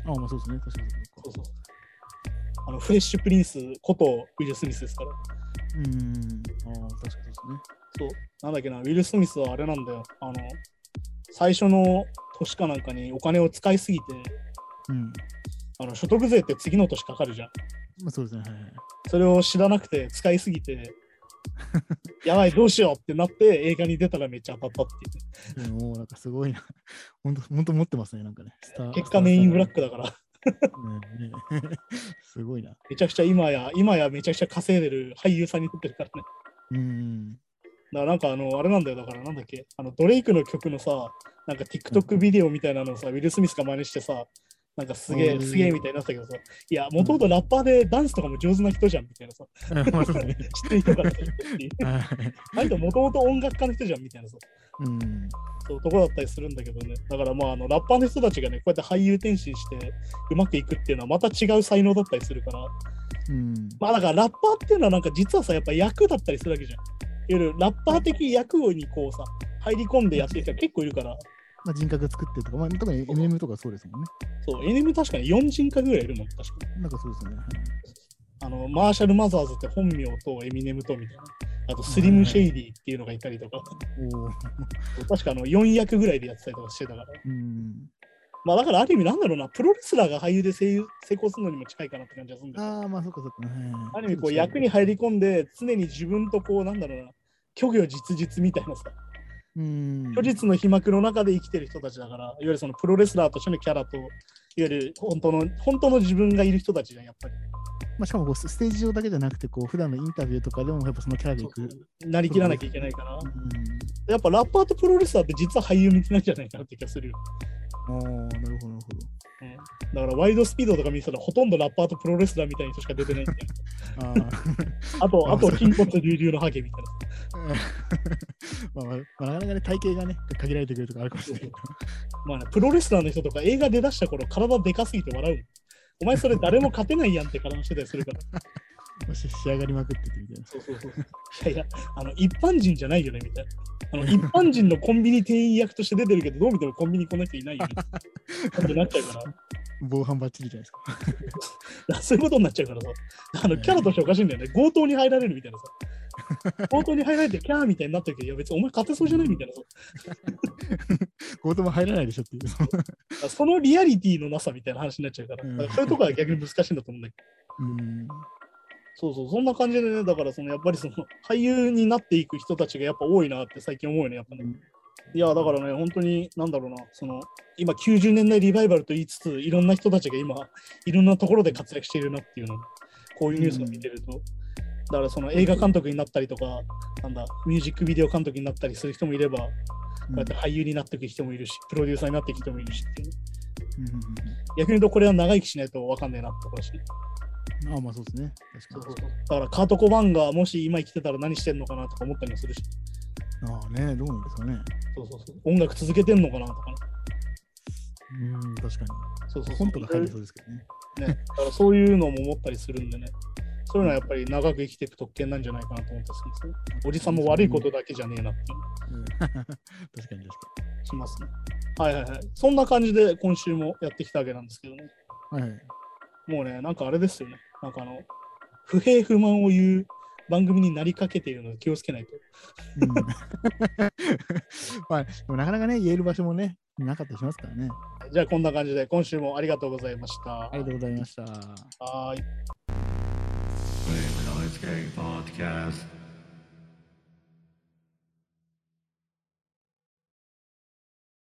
Speaker 3: ああ、まあそうですね。確かにそ
Speaker 2: そう
Speaker 3: う
Speaker 2: そ
Speaker 3: か
Speaker 2: うあのフレッシュ・プリンスことウィル・スミスですから。
Speaker 3: うーん。ああ、確かにそうですね。
Speaker 2: そう、なんだっけな、ウィル・スミスはあれなんだよ。あの、最初の年かなんかにお金を使いすぎて、
Speaker 3: うん。
Speaker 2: あの所得税って次の年かかるじゃん。
Speaker 3: まあそうですね。はいはい。
Speaker 2: それを知らなくて使いすぎて、やばい、どうしようってなって映画に出たらめっちゃ当たったっていうね、
Speaker 3: でももうなんかすごいな。 本当本当持ってますね。なんかね。スター
Speaker 2: 結果、メインブラック。だから、
Speaker 3: スターうんね すごいな。
Speaker 2: めちゃくちゃ今や、今やめちゃくちゃ稼いでる俳優さんになってるからね。
Speaker 3: うん。
Speaker 2: だからなんかあの、あれなんだよ、だからなんだっけ、あのドレイクの曲のさ、なんか TikTok ビデオみたいなのをさ、ウィル・スミスが真似してさ、なんかすげ
Speaker 3: う
Speaker 2: え、
Speaker 3: ん
Speaker 2: すげえみたいになってたけどさ、いや、もともとラッパーでダンスとかも上手な人じゃんみたいなさ、
Speaker 3: まあそうですね。
Speaker 2: 知ってる人からさ、
Speaker 3: はい
Speaker 2: あいつもともと音楽家の人じゃんみたいなさ、
Speaker 3: うん。
Speaker 2: そうとこだったりするんだけどね、だからまああの、ラッパーの人たちがね、こうやって俳優転身してうまくいくっていうのはまた違う才能だったりするから、
Speaker 3: うん。
Speaker 2: まあだからラッパーっていうのはなんか実はさやっぱ役だったりするわけじゃん。いわゆるラッパー的役にこうさ入り込んでやってる人が結構いるから、
Speaker 3: まあ人格作ってとか、まあ特に MM とかそうですもんね。
Speaker 2: そう、NM 確かに4人格ぐらいいるもん、確かに。
Speaker 3: なんかそうですよね。はい
Speaker 2: あの、マーシャル・マザーズって本名とエミネムとみたいな。あと、スリム・シェイディっていうのがいたりとか、
Speaker 3: おー
Speaker 2: 確かあの4役ぐらいでやってたりとかしてたから。
Speaker 3: うん。
Speaker 2: まあだからある意味なんだろうな、プロレスラーが俳優で声優成功するのにも近いかなって感じがするんだよ。
Speaker 3: ああ、まあそっかそっか。はいはい
Speaker 2: ある意味こう役に入り込んで、常に自分とこうなんだろうな、虚業実実みたいなさ、
Speaker 3: うん。
Speaker 2: 虚実の被膜の中で生きてる人たちだから、いわゆるそのプロレスラーとしてのキャラと、いわゆる本当の本当の自分がいる人たちじゃん、やっぱり。
Speaker 3: まあ、しかもこうスステージ上だけじゃなくて、こう普段のインタビューとかでもやっぱそのキャラでいく。
Speaker 2: なりきらなきゃいけないから。
Speaker 3: う
Speaker 2: やっぱラッパーとプロレスラーって実は俳優見てないんじゃないかなって気がするよ。
Speaker 3: ん。おーなるほど、なるほ
Speaker 2: だからワイドスピードとか見てたらほとんどラッパーとプロレスラーみたいな人しか出て ないんだよ。
Speaker 3: ど。あー
Speaker 2: あと、あと
Speaker 3: あそう
Speaker 2: 筋骨隆々のハゲみたいな。
Speaker 3: まあまあ、まあなかなかね、体型がね、限られてくるとかあるかもしれないけ
Speaker 2: まあね、プロレスラーの人とか映画出だした頃体でかすぎて笑うもん。お前それ誰も勝てないやんって体してたりするから。
Speaker 3: ど、もし仕上がりまくっててみたいな。
Speaker 2: そうそうそう。いやいや、あの一般人じゃないよねみたいな。あの一般人のコンビニ店員役として出てるけど、どう見てもコンビニこんな人いないよね。ってなっちゃうから。
Speaker 3: 防犯バッチリじゃないですか。
Speaker 2: だそういうことになっちゃうからさ、あの
Speaker 3: ね
Speaker 2: キャラとしておかしいんだよね。強盗に入られるみたいなさ。強盗に入られてキャーみたいになってるけど、いや別にお前勝てそうじゃないみたいなさ。
Speaker 3: 強盗も入らないでしょっていう。
Speaker 2: だからそのリアリティのなさみたいな話になっちゃうから、
Speaker 3: うん
Speaker 2: だからそういうところは逆に難しいんだと思うんだけど。
Speaker 3: うん。
Speaker 2: そうそう、そんな感じでね、だからそのやっぱりその俳優になっていく人たちがやっぱ多いなって最近思うよね、やっぱね。いや、だからね、本当に、なんだろうな、その、今90年代リバイバルと言いつつ、いろんな人たちが今、いろんなところで活躍しているなっていうの、こういうニュースを見てると、だからその映画監督になったりとか、なんだ、ミュージックビデオ監督になったりする人もいれば、こうやって俳優になっていく人もいるし、プロデューサーになっていく人もいるしっていう、逆に言うと、これは長生きしないと分かんないなってことだしね、
Speaker 3: うんああ、まあそうですね。確かに。
Speaker 2: だからカート・コバンがもし今生きてたら何してんのかなとか思ったりもするし、
Speaker 3: ああね、どうなんですかね。
Speaker 2: そうそうそう音楽続けてんのかなとかね、
Speaker 3: うん、確か
Speaker 2: そうそう
Speaker 3: に。
Speaker 2: そう
Speaker 3: 本とか入りそうですけどね。
Speaker 2: ね、だからそういうのも思ったりするんでね、そういうのはやっぱり長く生きていく特権なんじゃないかなと思ったりするんですね。おじさんも悪いことだけじゃねえなっていう
Speaker 3: うん 確かに確かに。
Speaker 2: のしますね。はいはいはい。そんな感じで今週もやってきたわけなんですけどね。
Speaker 3: はいはい。
Speaker 2: もうね、なんかあれですよね。なんかあの、不平不満を言う番組になりかけているので気をつけないと。
Speaker 3: うん まあ、でもなかなかね、言える場所もね、なかったりしますからね。
Speaker 2: じゃあこんな感じで今週もありがとうございました。
Speaker 3: ありがとうございました。
Speaker 2: はーい。
Speaker 1: Flame and Ice Game Podcast.